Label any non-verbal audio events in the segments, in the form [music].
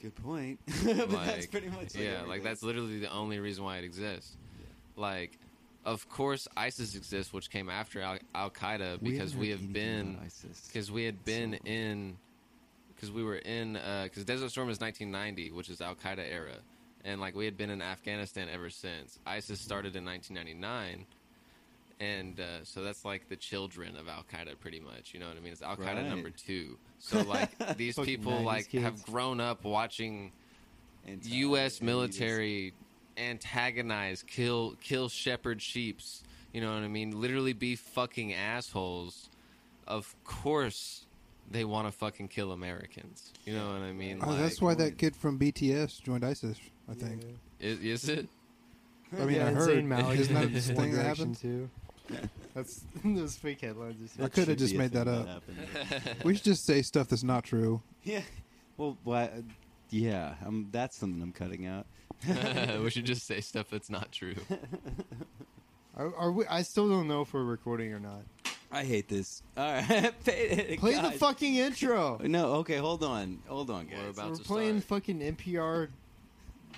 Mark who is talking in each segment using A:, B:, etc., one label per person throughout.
A: Good point. [laughs] but that's
B: Like,
A: pretty much. Like
B: yeah, like
A: everything.
B: that's literally the only reason why it exists. Like, of course, ISIS exists, which came after Al Qaeda because
A: haven't
B: we
A: heard
B: have
A: anything
B: been
A: about ISIS.
B: because we had been
A: So-
B: in because we were in because Desert Storm is 1990, which is Al Qaeda era, and like we had been in Afghanistan ever since. ISIS started in 1999. And uh, so that's like the children of Al Qaeda, pretty much. You know what I mean? It's Al Qaeda
A: Right.
B: number two. So
A: [laughs]
B: like these
A: Fucking
B: people
A: 90s
B: like
A: kids.
B: have grown up watching
A: Anti-
B: U.S.
A: elitist. [laughs]
B: military antagonize, kill, kill shepherd sheeps. You know what I mean? Literally be fucking assholes. Of course, they want to fucking kill Americans. You know what I mean?
C: Oh, that's why
B: Like,
C: that kid from BTS joined ISIS. I think.
B: Is, is it?
C: I mean,
D: yeah,
C: I heard.
D: Insane Malik
C: [laughs] Isn't that
D: from
C: the
D: One
C: thing that
D: Direction,
C: happened?
D: too. [laughs] That's those fake headlines. Are so
C: I could
A: Should
C: have just
A: be a
C: made
A: thing
C: that up.
A: happened. [laughs]
D: [laughs]
B: [laughs]
C: We should just say stuff that's not true.
A: yeah. Well, why, yeah. Um, that's something I'm cutting
B: [laughs]
A: out.
B: we should just say stuff that's not true.
D: Are, are we? I still don't know if we're recording or not.
A: [laughs] I hate this. All right, [laughs]
D: Play the fucking intro.
A: No, okay, hold on, hold on, guys.
B: We're about
D: We're
B: to
D: playing
B: start.
D: fucking NPR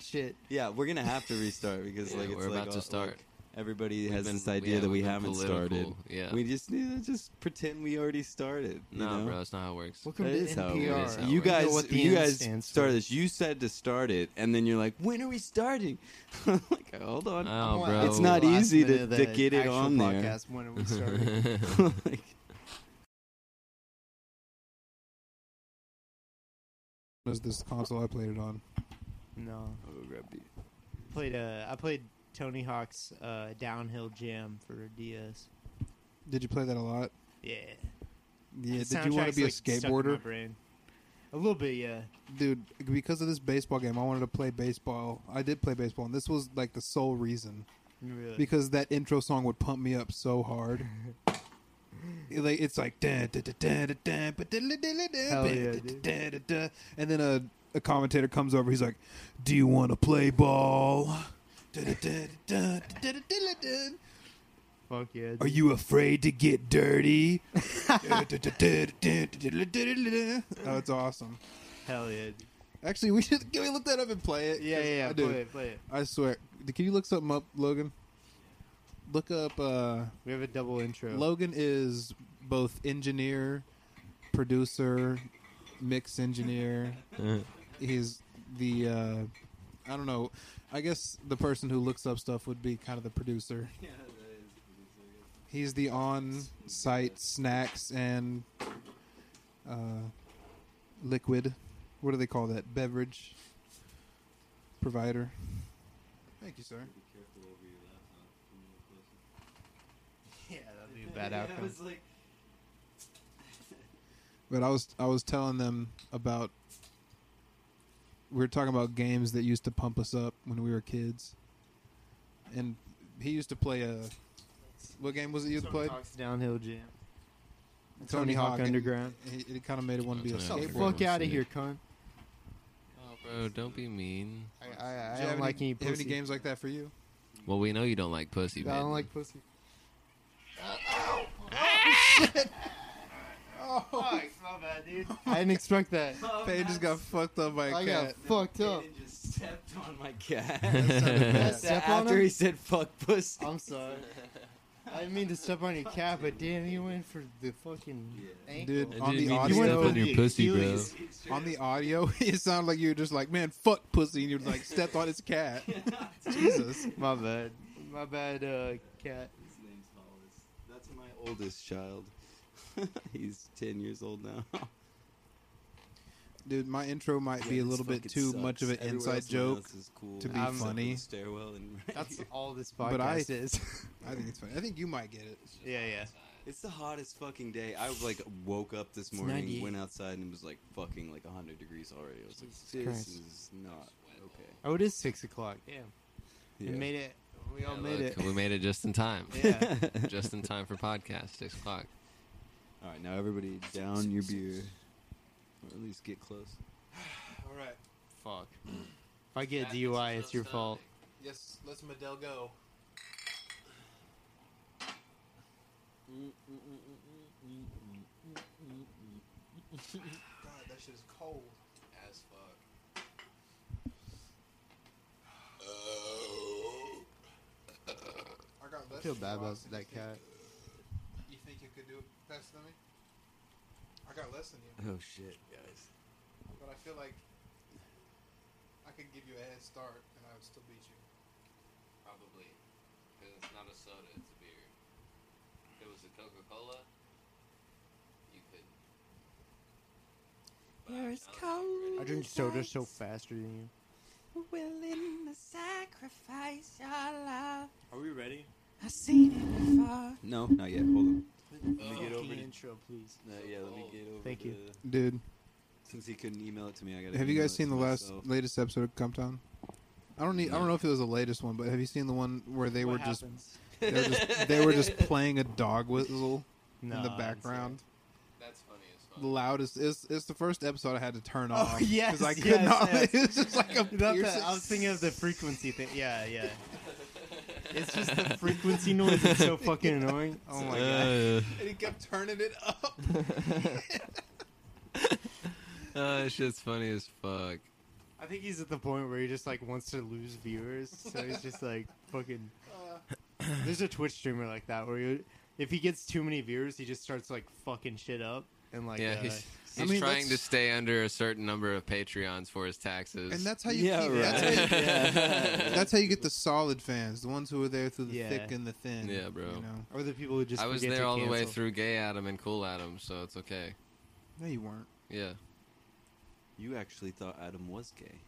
D: shit.
A: yeah, we're gonna have to restart because
B: Yeah,
A: like it's
B: we're
A: like,
B: about to
A: all-
B: start.
A: like, everybody has
B: been-
A: this idea
B: yeah,
A: that we
B: we've been
A: haven't started.
B: political, yeah.
A: we just need to just pretend we already started. you
B: no,
A: know?
B: bro, that's not how it works.
D: Welcome
A: That
D: to
A: is how it
D: NPR.
B: is how it
A: You
B: works.
D: know
A: guys,
D: what the
A: you
D: N
A: guys
D: stands
A: started
D: for.
A: this. You said to start it, and then you're like, "When are we starting?" [laughs] like, hold on.
C: Uh, [laughs]
B: Oh,
D: Come on,
B: bro.
A: It's not
B: [laughs]
D: the last
A: easy to-
D: minute of
A: to
D: the
A: get it
D: actual
A: on there.
D: podcast When are we
C: [laughs]
D: starting?
A: [laughs] like,
C: Is this console I played it on?
D: no,
A: oh, grab the-
D: played. Uh, I played Tony Hawk's uh, downhill jam for DS.
C: Did you play that a lot?
D: Yeah.
C: Yeah.
D: The
C: Did you want to
D: soundtrack's,
C: be a
D: like, stuck in my
C: skateboarder,
D: brain. A little bit, yeah.
C: dude? Because of this baseball game, I wanted to play baseball. I did play baseball, and this was like the sole reason.
D: Really.
C: because that intro song would pump me up
D: [laughs]
C: so hard. It, like it's like dun, dun, dun, dun, dun, dun, ba- dun, dun, dun, dun,
D: Hell
C: ba-
D: yeah,
C: dun,
D: dude.
C: dun, dun, dun. and then a, a commentator comes over. He's like, "Do you want to play ball? Dun, dun, dun, dun, dun, dun, dun, dun.
D: Fuck yeah.
C: Are
D: dude.
C: you afraid to
D: [laughs]
C: get dirty?" Dun, dun, dun, dun, dun, dun, dun, dun, dun, dun. Oh, it's awesome.
D: Hell yeah. dude.
C: Actually, we should can we look that up and play it?
D: Yeah,
C: 'Cause
D: yeah, yeah.
C: I
D: play
C: do.
D: it, play it.
C: I swear. Can you look something up, Logan? Look up. uh
D: We have a double intro.
C: Logan is both engineer, producer, mix [laughs] engineer. He's the uh, I don't know. I guess the person who looks up stuff would be kind of the producer. He's the on-site snacks and uh, liquid. What do they call that? Beverage provider. Thank you, sir.
D: yeah, that'd be a bad outcome.
C: But I was I was telling them about we were talking about games that used to pump us up when we were kids, and he used to play a what game was it you played?
D: Hawk's downhill jam.
C: Tony Hawk
D: Hawk Underground.
C: And he- it kind of made it want to be a
B: Tony Hawk
D: Get the
C: skateboard.
B: Underground.
D: fuck out of
B: Sick.
D: here,
C: [laughs]
D: cunt.
B: Oh, [laughs] bro, don't be mean.
D: I,
C: Do
D: I,
C: you
D: I
C: have
D: don't like any
C: have
D: pussy.
C: any games like that for you?
B: Well, we know you don't like pussy,
D: I
B: man.
D: don't like pussy. Oh, shit! Oh, fuck, my bad,
C: [laughs]
D: dude. I didn't expect that.
C: Paige just got fucked up by a
D: I got
C: cat.
D: fucked
C: [laughs]
D: up.
A: Aiden just stepped on my cat. [laughs]
C: bad.
A: After
D: Step on him?
A: he said "fuck pussy,"
D: I'm sorry. I didn't mean to step on your cat, but damn, you went for the fucking ankle.
C: Dude,
B: I
C: on
B: didn't mean
C: the
B: to
C: audio-
B: step on your
D: You
B: pussy, bro.
D: Achilles.
A: [laughs]
C: On the audio, [laughs] it sounded like you were just like, "Man, fuck pussy," and you like stepped on his cat. Jesus.
D: [laughs] My bad. My bad, uh, cat.
A: His
D: [laughs]
A: name's Hollis. That's my oldest child. [laughs] He's ten years old now.
C: Dude, my intro might be a little bit too much of an inside joke. to be funny.
A: Stairwell and [laughs]
C: [laughs]
D: That's all this podcast
C: But I-
D: is.
C: [laughs] I think it's funny. I think you might get it.
D: yeah, yeah.
A: It's the hottest fucking day. I like woke up this
D: 98.
A: morning, went outside, and it was like fucking like 100 degrees already. I was like,
D: Jesus
A: this
D: Christ.
A: is not okay.
D: Oh, it is six o'clock. Damn,
A: Yeah.
D: we made it. We all
B: Yeah,
D: made
B: look,
D: it.
B: We made it just in time.
D: [laughs]
A: [laughs]
D: Yeah.
B: just in time for podcast six o'clock.
A: All right, now everybody down your beer, or at least get close.
C: All right.
D: Fuck. If I get a DUI, it's your fault.
C: Yes, let's Medell go. God, that shit is cold.
B: As fuck.
D: I feel bad about that cat.
C: You think you could do it faster than me? I got less than you,
A: Oh shit, guys.
C: but I feel like I could give you a head start and I would still beat you.
B: Probably. Because it's not a soda, it's a beer. If it was a Coca Cola, you could. But I
E: There's
B: challenge you
E: cold.
B: already.
D: I drink soda so faster than you.
E: Willing to sacrifice your love.
F: Are we ready?
E: I've seen it before.
A: No, not yet. Hold on.
F: Let me
B: Oh.
F: get over to
D: intro, please.
A: No, Uh, yeah, let me get over.
D: Thank you.
A: the-
C: Dude,
A: since he couldn't email it to me, I got.
C: have you guys seen the last latest episode of Compton? I don't need. I don't know if it was the latest one, but have you seen the one where they were just they were just they
D: [laughs]
C: were just playing a dog whistle in the background?
B: That's funny as fuck.
C: The loudest. It's it's the first episode I had to turn
D: Oh,
C: off.
D: yes,
C: 'cause I could
D: yes,
C: not. [laughs]
D: yes.
C: It's
D: [laughs]
C: just like a
D: Not the-
C: piercing-
D: I was thinking of the frequency thing. Yeah, yeah.
B: [laughs]
D: It's just the frequency noise. It's so [laughs] fucking annoying. Oh my god.
C: [laughs] and he kept turning it up.
D: [laughs]
B: [laughs] Uh, that shit's funny as fuck.
D: I think he's at the point where he just like wants to lose viewers, so he's just like fucking. There's a Twitch streamer like that where he, if he gets too many viewers, he just starts like fucking shit up and like.
B: yeah,
D: uh,
B: he's,
C: I
B: he's
C: mean,
B: trying to
C: that's-
B: stay under a certain number of Patreons for his taxes.
C: And that's how you
A: Yeah,
C: keep. That's,
A: right.
C: how you,
A: [laughs] Yeah.
C: that's how you
B: [laughs]
C: get the solid fans, the ones who are there through the
D: Yeah.
C: thick and the thin.
B: Yeah, bro.
C: You know?
D: or the people who just.
B: I was
D: forget
B: there
D: to
B: all the way
D: cancel.
B: through Gay Adam and Cool Adam, so it's okay.
C: No, you weren't.
B: Yeah.
A: You actually thought Adam was gay.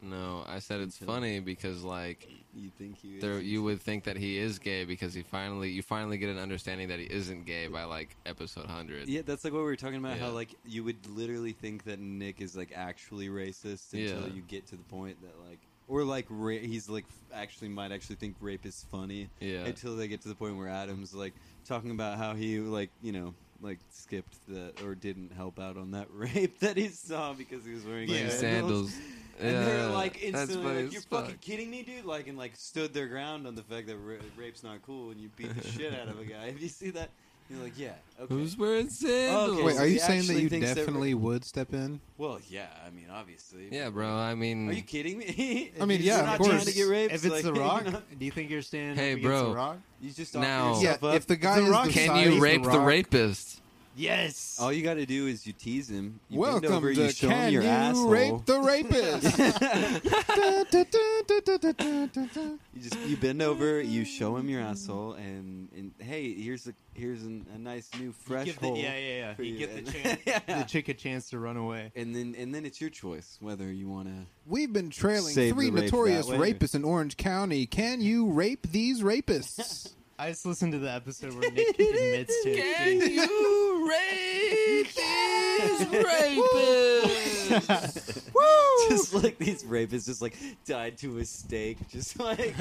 B: No, I said it's
A: Until-
B: funny because like
A: You think he is?
B: there you would think that he is gay because he finally you finally get an understanding that he isn't gay by like episode 100.
A: Yeah, that's like what we were talking about. How
B: Yeah.
A: like you would literally think that Nick is like actually racist until
B: Yeah.
A: you get to the point that like, or like ra- he's like f- actually might actually think rape is funny.
B: Yeah.
A: Until they get to the point where Adam's like talking about how he like you know like skipped the or didn't help out on that [laughs] rape that he saw because he was wearing
B: Wearing
A: like,
D: Yeah.
B: sandals.
A: And they're
B: Yeah,
A: like
B: that's
A: instantly
B: funny
A: like,
B: as
A: "You're
B: fuck.
A: fucking kidding me, dude!" Like and like stood their ground on the fact that ra- rape's not cool, and you beat the shit out of a guy. [laughs] If you see that, you're like, "Yeah, okay."
B: Who's wearing sandals?
A: Okay,
C: Wait,
A: so
C: are
A: he
C: you saying that
A: actually
C: you
A: thinks that
C: definitely would step in?
A: Well, yeah, I mean, obviously.
B: yeah, mm. bro. I mean
A: Are you kidding me? [laughs]
C: I mean,
A: If
C: yeah,
A: you're
C: of
A: not
C: course.
A: Trying to get raped,
D: If it's
A: like,
D: [laughs] The
A: you're
D: Rock,
A: not-
D: do you think you're standing
B: Hey,
D: up against
B: bro.
D: The Rock?
A: [laughs] you just
B: Now-
A: now.
C: Yeah, if the guy
D: The
C: is
D: Rock-
C: the
B: Oh. can
C: size
B: you
C: of
B: rape the,
A: [laughs]
C: Rock-
B: rapist?
D: Yes.
A: all you got to do is you tease him. You bend
C: Welcome
A: over,
C: to
A: you show
C: Can
A: him your
C: You
A: asshole.
C: Rape the Rapist? Da, da, da, da, da, da, da, da.
A: [laughs] you just you bend over, you show him your asshole, and, and hey, here's a here's an, a nice new fresh
D: give the,
A: hole.
D: yeah, yeah,
A: for
D: yeah. You
A: you,
D: give the,
A: and-
D: chance,
A: Yeah.
D: the chick a chance to run away.
A: And then and then it's your choice whether you want to.
C: We've been trailing
A: Save
C: three
A: the rape
C: notorious
A: that way.
C: rapists in Orange County. Can you rape these rapists?
D: I just listened to the episode where Nick admits to
B: Can you rape
A: [laughs]
B: these rapists?
A: Just like these rapists, just like died to a stake, just
B: [laughs]
A: like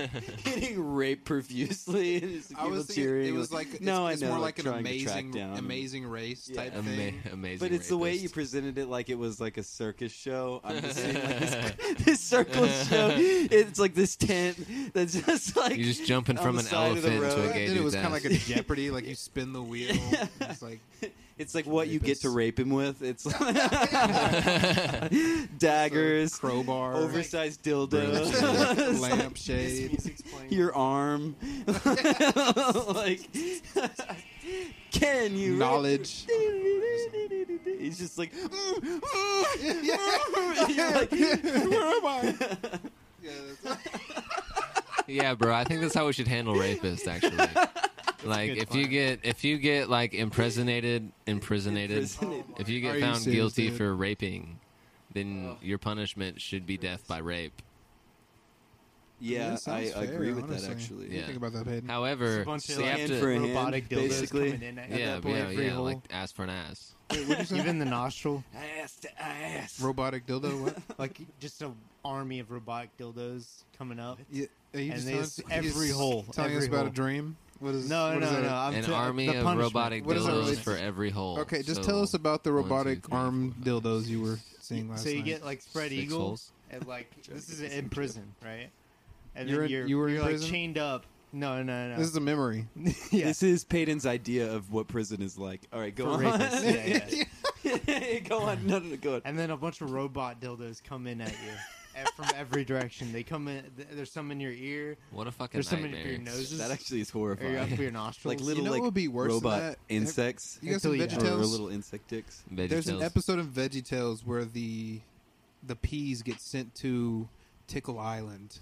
A: getting raped profusely. [laughs] And just people
C: thinking
A: cheering.
C: it was like
A: no,
C: it's,
A: I know,
C: it's more like an
A: trying to track
C: amazing,
A: down.
C: amazing race
A: Yeah.
C: type
A: [laughs]
B: Ama-
C: thing.
B: amazing.
A: But it's the way [laughs]
B: rapist.
A: you presented it, like it was like a circus show. I'm just saying, like
C: [laughs]
A: this, [laughs] this circle show. It's like this tent that's just like
B: You're just jumping
A: on
B: from
A: the
B: an
A: side of the
B: elephant to
A: road.
B: a
C: Back
B: gay
C: then it
B: dude's
C: was kind
B: ass.
C: of like a Jeopardy, like you spin
A: [laughs]
C: the wheel. It's like
A: it's like what you get to
C: Rapists.
A: rape him with. It's [laughs]
B: [laughs]
C: [laughs]
A: daggers,
C: crowbar, [laughs]
A: oversized dildo,
B: Brooms.
A: [laughs] It's like
C: lampshade.
A: [laughs] your arm. [laughs] like, can you
C: Knowledge.
A: He's just like, mm,
C: [laughs]
A: mm, mm. [laughs] You're like, [laughs]
C: Where am I?
B: yeah, bro. I think that's how we should handle rapists. Actually, like
D: good
B: if
D: plan.
B: you get if you get like imprisonated, imprisonated,
A: Imprisonated.
B: if you
C: Are
B: get
C: you
B: found
C: serious,
B: guilty
C: dude?
B: for raping, then your punishment should be death by rape.
A: Yeah,
C: That
A: I,
C: sounds
A: I
C: fair,
A: agree with
C: honestly.
A: that actually.
C: You
B: Yeah.
C: Think about that, Hayden.
D: It's
B: However,
D: a bunch of,
B: so you
D: like,
B: have
A: hand
B: to
A: for a hand,
D: robotic dildos
A: basically.
D: coming in at
B: yeah,
D: that point
B: yeah,
D: every
B: yeah,
D: hole.
B: like ass for an ass.
D: even the nostril,
A: Ass to ass.
C: Robotic dildo. What?
D: [laughs] like just an army of robotic dildos coming up.
C: Yeah, are you
D: And
C: just
D: they
C: telling
D: just-
C: us- you
D: every
C: just
D: hole,
C: Telling us
D: every
C: about a
D: hole.
C: dream. What is?
D: No,
C: what is
D: no,
C: that?
D: no. I'm
B: An
D: t- uh,
B: army
D: the
B: of
D: punishment.
B: robotic
C: What is that
B: dildos
C: related
B: for
C: to?
B: every hole.
C: Okay, just
B: So,
C: tell us about the
B: one, two,
C: robotic
B: three,
C: arm
B: four, five,
C: dildos you
B: six,
C: were seeing last
D: So you
C: night.
D: get like spread
B: Six
D: eagle,
B: holes.
D: and
C: [laughs]
D: like
A: Trying
D: this
A: to
D: is
A: get this
D: in prison, right? And
C: You're
D: then
C: in-
D: you're
C: you were in
D: you're, like
C: prison?
D: chained up. No, no, no.
C: this
D: [laughs]
C: is a memory.
D: yeah.
A: This is Peyton's idea of what prison is like. All right, go
D: For
A: on.
D: rapists,
A: [laughs]
C: [laughs]
D: yeah, yeah.
A: go on. No, no, no, go on.
D: And then a bunch of robot dildos come in at you. ev- from every direction. They come in. th- There's some in your ear.
B: What a fucking
D: There's some in
B: nightmare.
D: your noses.
A: That actually is
D: or
A: horrifying.
D: up your
A: [laughs]
D: nostrils.
A: like little
D: [laughs]
C: know what
A: like
C: would be worse than
A: robot
C: that?
A: insects
C: You got some
D: Until you-
A: or, or
C: VeggieTales.
A: little insect
B: [laughs]
A: dicks.
B: Veggie
C: There's an
B: Tales.
C: episode of VeggieTales where the the peas get sent to Tickle Island,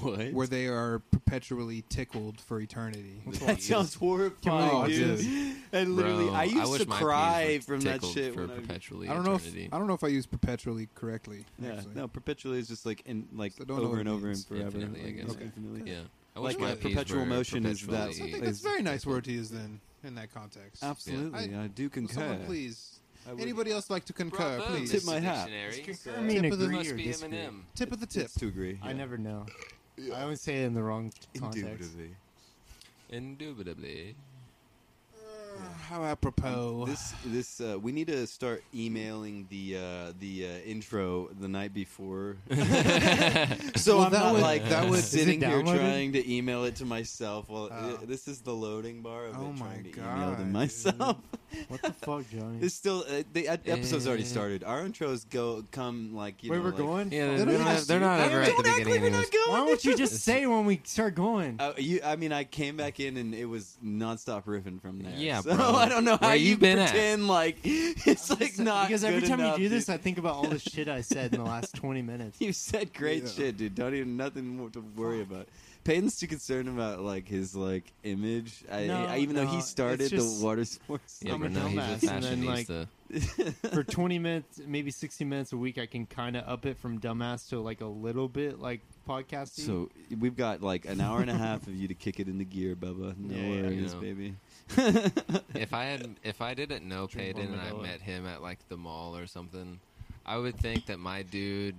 A: What?
C: where they are perpetually tickled for eternity.
A: that [laughs] sounds horrifying,
C: Come on,
A: dude. And literally,
B: Bro,
A: I used
B: wish
A: to
B: my peas
A: cry
B: were
A: from that
B: tickled
A: shit.
B: for
A: when I-
B: perpetually.
C: I don't know
B: eternity.
C: if I don't know if I use perpetually correctly.
A: yeah,
C: actually.
A: no, perpetually is just like in like
C: So don't know
A: over
C: what
A: and
C: it
A: over and
C: means.
A: forever.
B: Infinitely, I
A: like,
B: guess.
A: infinitely.
B: Yeah. I
A: Like,
B: wish my
A: uh,
B: peas
A: perpetual
B: were
A: motion is that-
C: So I
B: perpetually-
C: think that's a very nice word to use then in that context.
A: Absolutely, I, do
C: Will
A: concur.
C: Someone please.
A: I would-
C: Anybody else like to concur,
B: Bravo,
C: please?
A: Tip
B: Mr.
A: my hat.
B: Dictionary.
D: I mean,
C: Tip of the-
D: agree
B: Must
D: or
B: be
D: disagree.
B: Eminem.
C: Tip of the tip.
A: It's to agree.
D: I never know. I always say it in the wrong context.
A: Indubitably. [laughs]
B: Indubitably. [laughs]
C: How
D: Oh.
C: apropos.
A: This this uh, we need to start emailing the uh, the uh, intro the night
D: [laughs]
A: before, so
C: Well,
A: I'm
C: that
A: not
C: would-
A: like
C: that would-
D: it
A: sitting here
D: downloaded?
A: trying to email it to myself. Well,
D: Oh.
A: uh, this is the loading bar. Of
C: Oh
A: it
C: my
A: trying to email
C: God,
A: to
D: [laughs]
C: dude.
A: myself.
D: What the fuck, Johnny?
A: It's still uh, the uh, episode's already
B: Eh.
A: started. Our intros go come like you
D: Where
A: know,
D: we're
A: like-
D: going?
B: Yeah,
C: They
B: they're,
C: don't
B: not,
C: ask
B: they're
C: you.
B: not
A: Don't
B: ever at the
A: act like
B: beginning.
A: we're
B: anyways.
A: not going.
D: Why don't you just
B: It's-
D: say when we start going?
A: Uh, you, I mean, I came back in and it was nonstop riffing from there.
B: Yeah,
A: so
B: bro.
A: [laughs] I don't know how
B: Where you
A: you
B: been at?
A: pretend like [laughs] it's like not
D: because every
A: good
D: time
A: enough,
D: you do this,
A: dude.
D: I think about all the shit I said in the last 20 minutes.
A: [laughs] You said great
C: Yeah.
A: shit, dude. Don't even nothing more to worry about. Peyton's too concerned about like his like image. I,
D: No,
A: I- even though
D: no,
A: he
D: it's
A: started
D: just-
A: the water sports.
B: Yeah,
D: I'm
B: but
D: a
B: no, he's just
D: dumbass, and then, like-
B: fashionista.
D: For 20 minutes, maybe 60 minutes a week, I can kind of up it from dumbass to like a little bit like
A: [laughs]
D: podcasting.
A: so we've got like an hour and a half of you to kick it into gear, Bubba. No
D: Yeah, yeah, I
A: worries,
B: know.
A: baby.
B: if I had, if I didn't know
D: Drink
B: Peyton and I
D: Armadillo.
B: met him at like the mall or something, I would think that my dude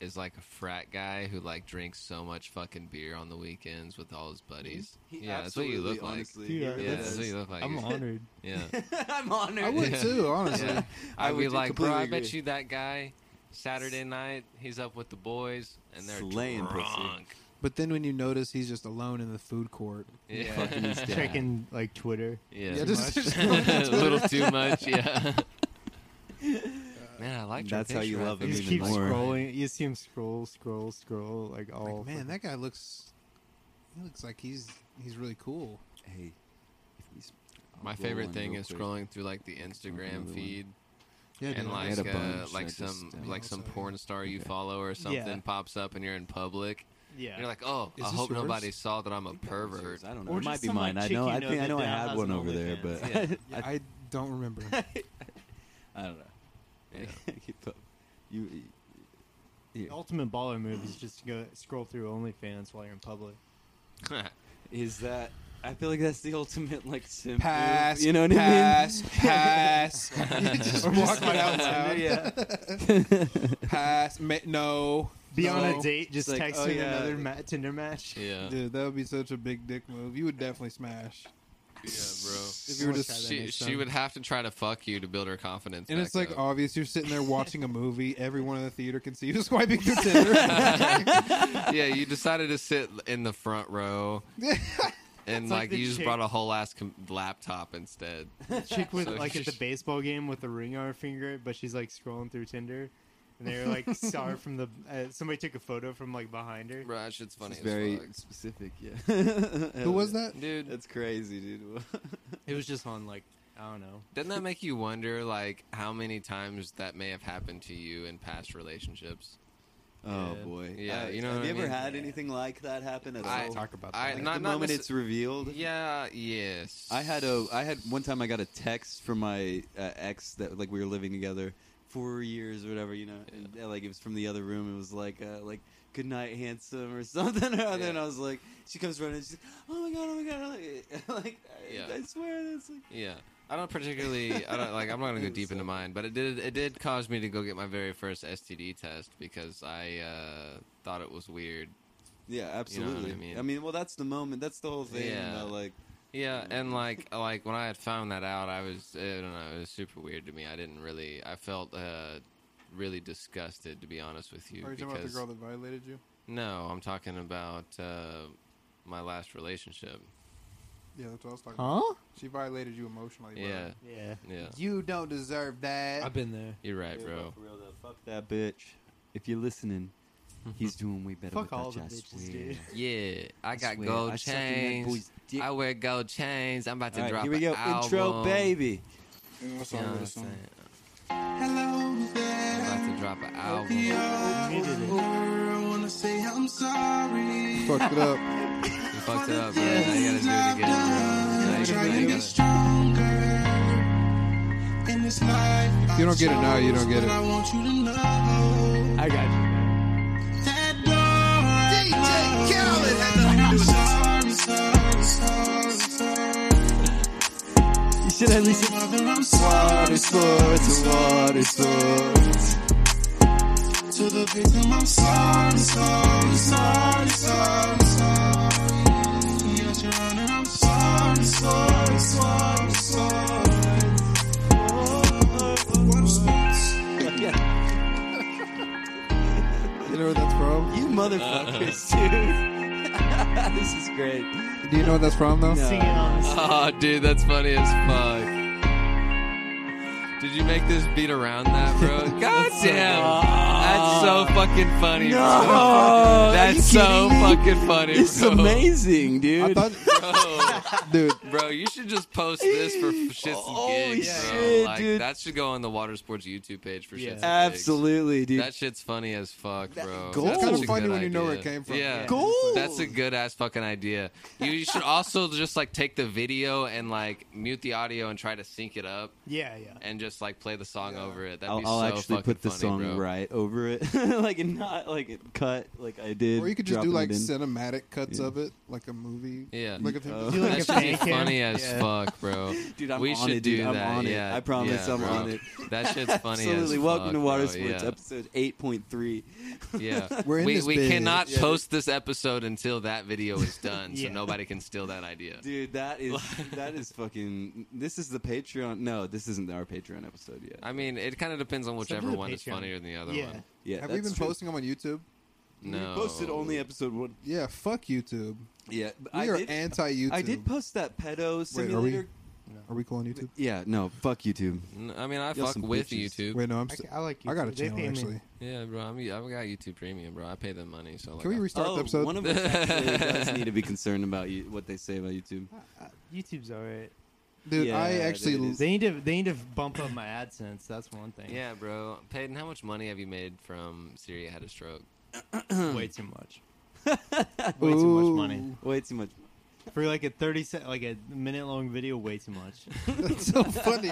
B: is like a frat guy who like drinks so much fucking beer on the weekends with all his buddies. [laughs] yeah, that's what you look
A: honestly,
D: Dude,
B: like.
D: honestly,
B: Yeah,
D: that's-
B: that's what you look like.
D: I'm honored.
B: Yeah,
A: [laughs] I'm honored.
C: I would
B: Yeah.
C: too,
B: [laughs]
C: honestly.
B: yeah.
A: I
B: I'd
A: would
B: be
A: do-
B: like, bro,
A: completely
B: I bet
A: agree.
B: you that guy Saturday night he's up with the boys and they're
A: Slaying pussy.
B: drunk.
C: But then when you notice he's just alone in the food court.
B: Yeah,
A: Fucking
B: [laughs]
A: his dad.
D: Checking like Twitter.
B: yeah,
C: Yeah,
D: just-
B: [laughs] a little too much. Yeah. [laughs] Man, I like your
A: That's how you
B: picture. I
A: love
D: You
A: him
B: think
D: just
A: even
B: it's
D: keep
B: nice.
A: more.
D: scrolling. You see him scroll, scroll, scroll. Like all.
C: like, man, that guy looks. He looks like he's he's really cool.
A: Hey, if we s- I'll
B: My
A: roll
B: favorite
A: one
B: thing
A: real
B: is
A: quick.
B: scrolling through like the
A: another
B: Instagram
A: one.
B: feed
C: Yeah,
B: and
A: I
B: like
A: had a
B: uh,
A: bunch, I
B: like
A: just,
B: some
A: uh,
B: like some
C: also-
B: porn star you
A: Okay.
B: follow or something
D: Yeah.
B: pops up and you're in public.
D: yeah.
B: And you're like, oh,
C: Is
B: I
C: this
B: hope
C: yours?
B: nobody saw that I'm a
A: That was yours.
B: pervert.
A: I don't know.
D: Or
A: it
D: just
A: might be
D: some, like,
A: mine. I
D: chick
A: know.
D: you
A: I
D: know
A: think I
D: that
A: know I
D: now
A: had
D: has
A: one
D: an
A: over there,
D: OnlyFans.
A: but [laughs]
B: Yeah.
C: I, I don't remember.
A: I don't know.
B: Yeah.
A: Keep up. [laughs] You.
D: The ultimate baller move is just to go scroll through OnlyFans while you're
A: [laughs]
D: in public.
A: Is that? I feel like that's the ultimate like simp.
C: [laughs] Pass.
A: You know what [laughs]
C: pass, Pass. You just
D: Or
C: walk
D: just [laughs]
C: right out loud.
A: Yeah.
C: Pass. Ma- no.
D: Be
C: no.
D: on a date, just
A: like,
D: text
A: oh,
D: texting
A: yeah.
D: another ma- Tinder
B: [laughs]
D: match.
B: yeah.
C: Dude, that would be such a big dick move. You would definitely smash.
B: bro.
C: If you were
D: Let's try that
C: just
B: She
D: next
B: she
D: time.
B: would have to try to fuck you to build her confidence.
C: And it's
B: back
C: like oh.
B: up.
C: obvious. You're sitting there watching a movie. Everyone in the theater can see you swiping through Tinder.
B: [laughs] yeah, you decided to sit in the front row, and
D: It's like
B: like,
D: the
B: you just
D: chick-
B: brought a whole ass com- laptop instead.
D: chick with
B: So
D: like at the
B: just-
D: baseball game with a ring on her finger, but she's like scrolling through Tinder, and
B: [laughs]
D: they're like saw her from the uh, somebly took a photo from like behind her.
B: [laughs] Bro, that shit's funny.
A: It's
B: as
A: very
B: fuck.
A: specific. Yeah. [laughs] Who
C: Who was that?
B: dude.
A: That's crazy, dude. [laughs]
D: It was just on like I don't know.
B: Doesn't that make you wonder, like, how many times that may have happened to you in past relationships?
A: oh
D: Yeah.
A: boy.
B: Yeah,
A: Uh,
B: you know
A: Have
B: what
A: you
B: I
A: ever
B: mean?
A: had
D: Yeah.
A: anything like that happen at
B: I-
A: all?
C: Talk about
B: I-
C: that.
A: Like,
B: not-
A: the
B: not
A: moment
B: necess-
A: it's revealed.
B: Yeah, yes.
A: I had a I had one time I got a text from my uh, ex that like we were living together four years or whatever you know and, uh, like it was from the other room it was like uh, like good night handsome or [laughs] something or other and
B: Yeah.
A: I was like she comes running she's like oh my god oh my god [laughs] I'm like, like I-
B: Yeah.
A: I, swear that's like
B: Yeah, I don't particularly. I don't like. I'm not gonna go deep into mine, but it did. It did cause me to go get my very first STD test because I uh, thought it was weird.
A: yeah absolutely
B: I mean?
A: well that's the moment that's the whole thing
B: Yeah.
A: about, like
B: Yeah, and like uh, like when I had found that out, I was I don't know, it was super weird to me. I didn't really. I felt uh, really disgusted, to be honest with you.
C: Are you talking about the
B: because-
C: girl that violated you?
B: No, I'm talking about uh, my last relationship.
C: Yeah, that's what I was talking about.
D: Huh?
C: She violated you emotionally. bro.
B: Yeah,
D: Yeah,
B: yeah.
C: You don't deserve that.
D: I've been there.
B: You're right,
A: yeah,
B: bro. [laughs]
A: for real though, fuck that bitch if you're listening He's doing way better
D: Fuck
A: with
D: all
A: Dutch,
D: the
A: I
D: bitches,
A: swear.
D: dude.
B: Yeah, I got
A: swear,
B: gold
A: I sucked in that boy's
B: chains.
A: dick.
B: I wear gold chains. I'm about to
A: All right,
B: drop.
A: here we
B: an
A: go. Intro,
B: album.
A: baby.
B: You know what I'm saying?
F: Hello
B: I'm
F: there.
B: about to drop an album.
D: You did it.
F: I wanna say I'm sorry.
C: Fucked it up.
B: You fucked it up, bro. Now you gotta do it again. Now you, now
F: Try
B: you
F: to be
B: gotta.
F: stronger in this life.
C: If you don't get it now, you don't get
F: I
C: it.
F: want you to know
D: I got you.
F: that door. DJ Khaled had nothing to do with sorry, sorry, sorry, sorry.
A: You should at least.
F: Mother, I'm sorry. To the victim, I'm sorry, sorry, sorry, sorry, sorry. Yes, Your Honor, I'm sorry, sorry, sorry, sorry.
C: You know where that's from?
A: You motherfuckers,
B: Uh-uh.
A: dude. [laughs] this is great.
C: Do you know where that's from, though?
A: No.
D: Sing it on the
B: Oh, dude, that's funny as fuck. Did you make this beat around that, bro?
A: [laughs]
B: God damn. That's so fucking funny,
A: Ah. No,
B: bro.
A: are you
B: [laughs] That's so
A: kidding me?
B: fucking funny,
A: This is
B: bro. [laughs]
A: amazing,
C: I
A: dude.
C: thought,
B: Bro,
C: dude,
B: [laughs] bro, you should just post this
A: [laughs]
B: for f- shits and
A: Holy
B: gigs, bro.
A: shit,
B: like,
A: dude.
B: That should go on the Water Sports YouTube page for
D: Yeah.
B: shits and gigs.
A: Absolutely, dude.
B: That shit's funny as fuck, bro.
A: gold.
B: That's
A: It's kinda
B: such a
C: funny
B: good
C: when you know where it
B: idea.
C: came from.
B: Yeah.
A: Gold.
B: That's a good ass fucking idea. You, you should also just like take the video and like mute the audio and try to sync it up
D: Yeah,
B: [laughs]
D: yeah.
B: and just like play the song over it. That'd
A: I'll,
B: be
A: I'll
B: so
A: actually
B: fucking
A: put the
B: funny,
A: song
B: bro.
A: right over it, [laughs] like and not like it cut, like I did.
C: or you could just
A: dropping
C: do like
A: it in.
C: cinematic cuts
A: Yeah.
C: of it, like a movie.
B: Yeah.
C: Like if
A: Oh.
D: Do [laughs]
C: you
D: like
B: That
D: a
B: should be
D: fan cam.
B: funny as
D: Yeah.
B: fuck, bro.
A: Dude, I'm
B: we
A: on
B: should
A: it,
B: do
A: dude. I'm
B: that.
A: on it.
B: yeah,
A: I promise
B: yeah,
A: I'm
B: bro.
A: on it.
B: That shit's funny
A: Absolutely.
B: as fuck.
A: Welcome to Water
B: bro.
A: Sports,
B: yeah.
A: episode eight point
B: [laughs]
A: three.
B: Yeah.
A: [laughs]
C: We're in
B: we
C: this
B: we
C: big.
B: cannot
C: Yeah.
B: post this episode until that video is done, so
D: Yeah.
B: nobody can steal that idea.
A: Dude, that is that is fucking. This is the Patreon. No, this isn't our Patreon episode yet.
B: I mean, it kind of depends on
D: Except
B: whichever
D: for the
B: one is
D: Patreon.
B: funnier than the other
D: Yeah.
B: one.
A: yeah,
C: Have we
A: that's
C: been
A: true.
C: posting them on YouTube?
B: No,
A: We posted only episode one.
C: Yeah, fuck YouTube.
A: Yeah, but
C: We
A: I
C: are
A: did.
C: anti-YouTube.
A: I did post that pedo
C: Wait, are we-
A: simulator.
C: Are we calling YouTube?
A: yeah, no, fuck YouTube.
B: N- I mean, I
A: Y'all
B: fuck
A: some
B: with
A: bitches.
B: YouTube.
C: Wait, no, I'm.
D: I,
C: St-
D: I like you.
C: I got a
D: They
C: channel
D: pay me.
C: actually.
B: Yeah, bro. I'm, I've got YouTube Premium, bro. I pay them money, so like,
C: Can we
B: I-
C: restart the episode?
A: Oh, one of us
C: [laughs]
A: actually does need to be concerned about you, what they say about YouTube.
C: Ah.
D: Uh, YouTube's alright.
C: Dude,
A: Yeah,
C: I actually [laughs]
A: dude, it is.
D: They need to they need to bump up my AdSense. That's one thing.
B: [laughs] Yeah, bro. Peyton, how much money have you made from Syria had a stroke?
D: way
B: [laughs]
D: too much. way too much money
A: Way too much.
D: for like a thirty sec, like a minute long video. Way too [laughs] much.
C: That's so funny.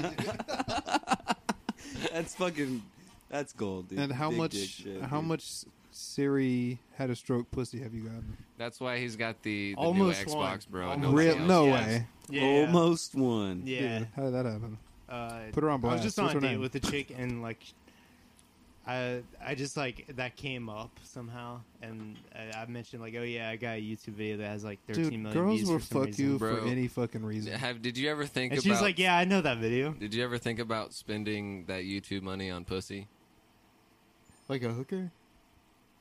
A: That's fucking. That's gold, dude.
C: and how
A: Big
C: much?
A: dick shit,
C: how
A: dude.
C: much? Siri had a stroke. Pussy, have you gotten?
B: That's why he's got the, the
D: Almost
B: new Xbox,
D: won.
B: bro.
D: Almost
B: No,
C: Real,
D: chance.
C: no
D: Yes.
C: way.
A: Almost one.
D: Yeah.
C: Dude, how did that happen?
D: Uh,
C: Put her on
D: I was
C: blast.
D: just on
C: What's
D: a
C: her
D: date
C: name?
D: with a chick and like. I I just like that came up somehow, and I, I mentioned like, oh yeah, I got a YouTube video that has like thirteen million
C: Dude, girls
D: views
C: will
D: for some
C: fuck
D: reason.
C: you
B: Bro.
C: for any fucking reason.
B: Have did you ever think
D: And
B: about?
D: she's like, yeah, I know that video.
B: Did you ever think about spending that YouTube money on pussy?
C: Like a hooker?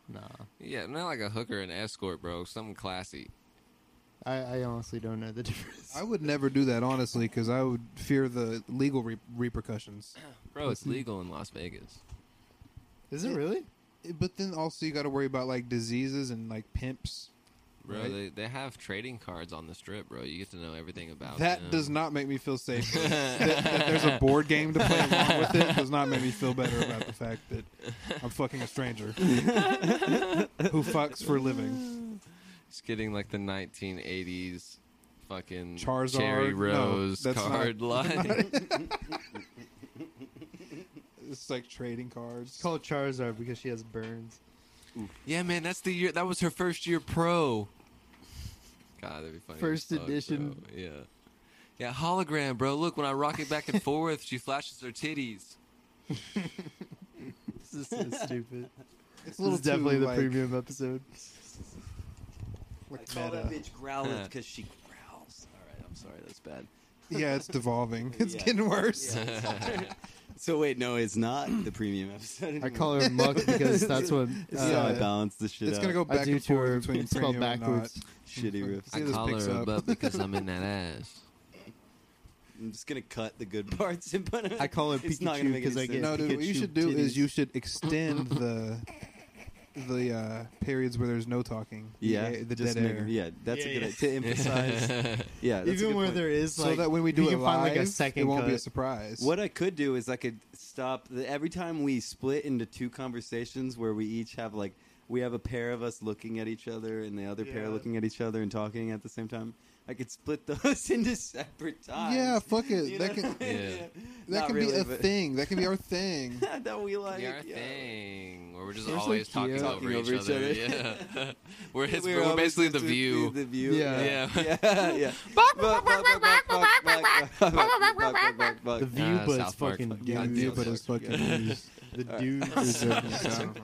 D: No,
B: Yeah, not like a hooker and escort, bro. Something classy.
D: I, I honestly don't know the [laughs] difference.
C: I would never do that honestly, because I would fear the legal re- repercussions.
B: Bro, it's legal in Las Vegas.
D: Is it really?
C: But then also you got to worry about like diseases and like pimps.
B: Bro,
C: Right.
B: they, they have trading cards on the strip, bro. You get to know everything
A: Oh,
B: about
C: that
B: them.
C: does not make me
A: [laughs]
C: feel safe. that, that there's a board game to play along with it does not make me feel better about the fact that I'm fucking a stranger who fucks for a living.
B: It's getting like the 1980s fucking
C: Charizard?
B: Cherry
C: No,
B: Rose
C: that's not-
B: card line.
C: It's like trading cards.
D: It's called Charizard because she has burns.
B: yeah, man, that's the year. That was her first year pro. God, that'd be funny. as
D: First
B: fuck, bro.
D: edition.
B: Yeah. Yeah, hologram, bro. Look, when I rock it back and forth, she flashes her titties.
D: This is so
C: [laughs]
D: stupid.
C: it's a
D: this
C: little
D: is definitely
C: too,
D: the
C: like,
D: premium episode.
A: I
C: like
A: call that
C: meta.
A: bitch Growlith because she growls. All right, I'm sorry, that's bad.
C: Yeah,
A: [laughs]
C: it's devolving. It's
A: Yeah.
C: getting worse.
A: So wait, no, it's not the premium episode.
D: I
A: anymore.
D: call her Muck because [laughs] that's what.
A: This is how I
D: Uh,
A: balance the shit.
C: It's
A: out.
C: gonna go
D: I
C: back
D: do
C: and
D: to her,
C: forth
D: [laughs]
C: between
D: it's spelled
C: premium and not.
D: backwards.
A: shitty riffs.
B: I
C: See how this
B: call
C: picks
B: her a
C: up.
B: butt because I'm in that ass.
A: I'm just gonna cut the good [laughs] parts and put it.
D: I call her
A: [laughs] it's not gonna
D: Pikachu
A: make any
D: 'cause I
A: sense.
D: get- [laughs]
C: No, dude, what you
D: Pikachu
C: should do is
D: titties.
C: you should extend the the uh, periods where there's no talking. The
A: Yeah,
C: air- the
A: just
C: dead
A: make-
C: air.
A: Yeah, that's
D: Yeah,
A: a good
D: yeah.
A: [laughs] to
C: [laughs]
A: emphasize.
B: [laughs]
A: yeah, that's a
D: Even
A: good
D: where
A: point.
D: there is
C: So
D: like
C: that when we
D: if
C: do
D: you
C: it
D: can
C: live,
D: find like a second
C: it won't be a
D: cut.
C: surprise.
A: What I could do is I could stop the, every time we split into two conversations where we each have like we have a pair of us looking at each other and the other pair
D: Yeah.
A: looking at each other and talking at the same time. I could split [laughs] those into separate times.
C: Yeah, fuck [laughs] it.
A: You
C: that
A: know
C: can
A: what I mean?
B: Yeah.
C: that
A: Not
C: can be
A: really,
C: a
A: but-
C: thing. That can be our
A: [laughs]
C: thing.
A: that we like.
B: Be our
A: yeah.
B: thing, where we're just
C: We're so
B: always
C: cute.
B: talking,
A: Talking
B: over, each, other. Yeah, [laughs]
A: [laughs]
B: we're, it's, we're,
A: always
B: basically
A: just
B: the
A: with
B: view.
A: The view.
C: Yeah.
A: Yeah.
B: Yeah.
A: [laughs] Yeah. yeah. Buck, buck, buck, buck, buck, buck, buck, buck, buck, buck, buck.
D: the view,
B: Ah,
D: but it's
B: South Park.
D: fucking
B: Yeah,
C: Yeah,
A: God,
D: dude.
A: yeah,
C: yeah, but
A: fuck,
C: it's fucking.
B: yeah.
C: news.
D: The dude
C: Reserve
D: is
C: sound.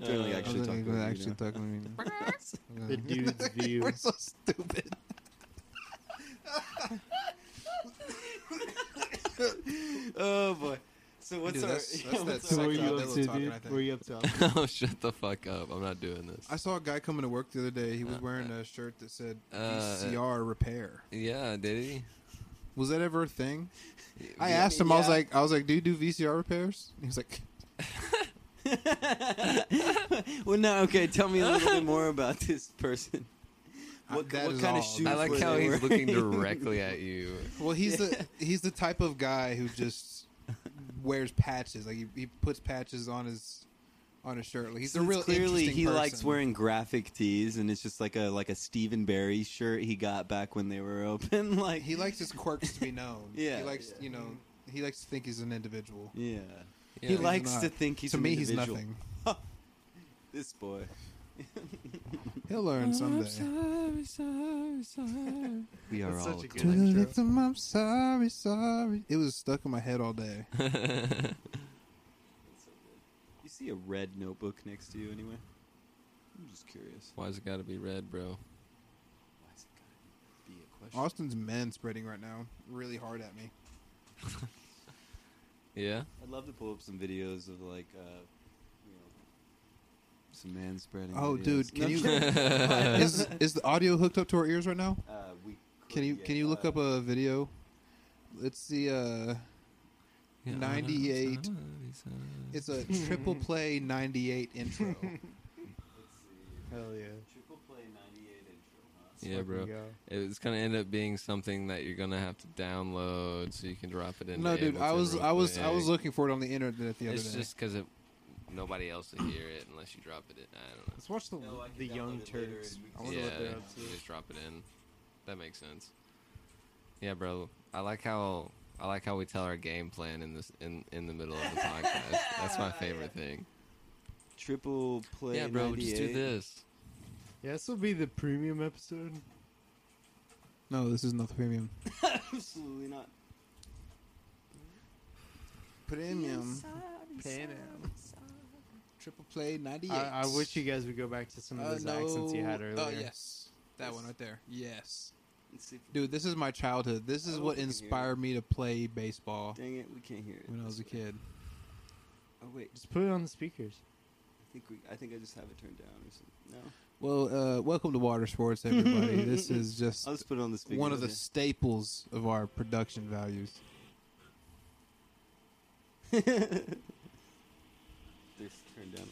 A: Don't, like,
B: Uh,
A: actually
C: I
A: talk
C: don't
A: over,
C: even
A: you
C: actually
A: know.
C: talk
A: [laughs]
C: over me.
D: the dude's view.
C: We're so stupid.
A: Oh boy. So what's
C: Dude,
A: our? [laughs]
C: that's- that's that
A: what's
D: So
A: our-
D: what were
C: Psychedelic
D: you up
C: Dylan
D: to,
C: talking,
D: dude?
C: I think.
D: What were you up to?
B: [laughs] oh, shut the fuck up! I'm not doing this.
C: I saw a guy coming to work the other day. He was
B: Uh,
C: wearing a shirt that said
B: uh,
C: VCR repair.
B: yeah, did he?
C: Was that ever a thing? I
B: Yeah.
C: asked him. I was
A: yeah.
C: like, I was like, do you do VCR repairs? He was like,
A: [laughs] well, no. Okay, tell me a little bit more [laughs] about this person.
C: I-
A: What,
C: that
A: what
C: is
A: kind of
C: all.
A: shoes?
B: I like
A: were
B: how
A: they
B: he's
A: wearing?
C: [laughs]
B: looking directly at you.
C: well,
A: [laughs]
C: he's the he's the type of guy who just wears patches. Like he, he puts patches on his on his shirt. Like he's a
A: It's
C: real
A: clearly
C: interesting
A: he likes
C: person.
A: wearing graphic tees, and it's just like a like a Stephen Barry shirt he got back when they were open. [laughs] Like
C: He likes his quirks to be known.
A: [laughs] Yeah,
C: he likes
A: yeah.
C: you know he likes to think he's an individual.
A: yeah.
B: Yeah.
A: He
C: he's
A: likes
C: not.
A: to think he's
C: to
A: an
C: me, he's
A: individual.
C: nothing.
A: This boy.
C: He'll learn someday.
A: We are
D: That's
A: all
D: such a
A: collective.
D: good
C: To the
D: intro.
C: victim, I'm sorry, sorry. It was stuck in my head all day.
A: You see a red notebook next to you anyway? I'm just curious.
B: [laughs] Why's it got to be red, bro?
A: Why is it gotta be a question?
C: Austin's man spreading right now, really hard at
A: [laughs]
C: me.
B: Yeah.
A: I'd love to pull up some videos of like, uh, you know, some man spreading.
C: Oh, dude, can you- [laughs]
A: you?
C: is, is the audio hooked up to our ears right now?
A: uh, we could
C: Can you
A: get,
C: can you look
A: uh,
C: up a video? Let's see. Uh, 98. it's a triple play '98 intro.
A: Let's see.
D: Hell yeah.
A: Triple play 98 intro, huh?
B: Yeah, bro. It's gonna end up being something that you're gonna have to download so you can drop it in.
C: no, dude, I was I was I was looking for it on the internet the other
B: It's
C: day.
B: just because nobody else will hear it unless you drop it. In. I don't know.
D: Let's watch the,
A: No, I can
D: the
A: download
D: Young
A: it later
D: Turks.
A: and we
D: I
A: can-
D: wonder
B: yeah,
D: what they're up to.
B: you just drop it in. That makes sense. Yeah, bro. I like how I like how we tell our game plan in this in in the middle of the podcast. That's
C: [laughs]
B: my favorite thing.
A: Triple play.
B: Yeah, bro.
A: 98.
B: Just
A: [laughs]
B: do this.
D: Yeah, this will be the premium episode.
C: no, this is not the premium.
A: Absolutely not.
C: Premium
D: Pan Am.
C: triple play '98.
D: I, I wish you guys would go back to some of
C: Uh,
D: those accents you had
C: no.
D: earlier.
C: Oh yes, that one right there. Yes,
A: Let's see if
C: dude, this is my childhood. This is
A: I
C: what
A: hope we can hear
C: inspired me to play baseball
A: Dang it, we can't hear it.
C: when I was a
A: This way.
C: kid.
A: Oh wait,
D: Just put it on the speakers.
A: I think we. I think I just have it turned down or something. No,
C: Well, uh, welcome to Water
D: [laughs]
C: Sports, everybody. this is just
A: I'll just put it on the speaker.
C: one of the staples of our production values.
A: They're turned down.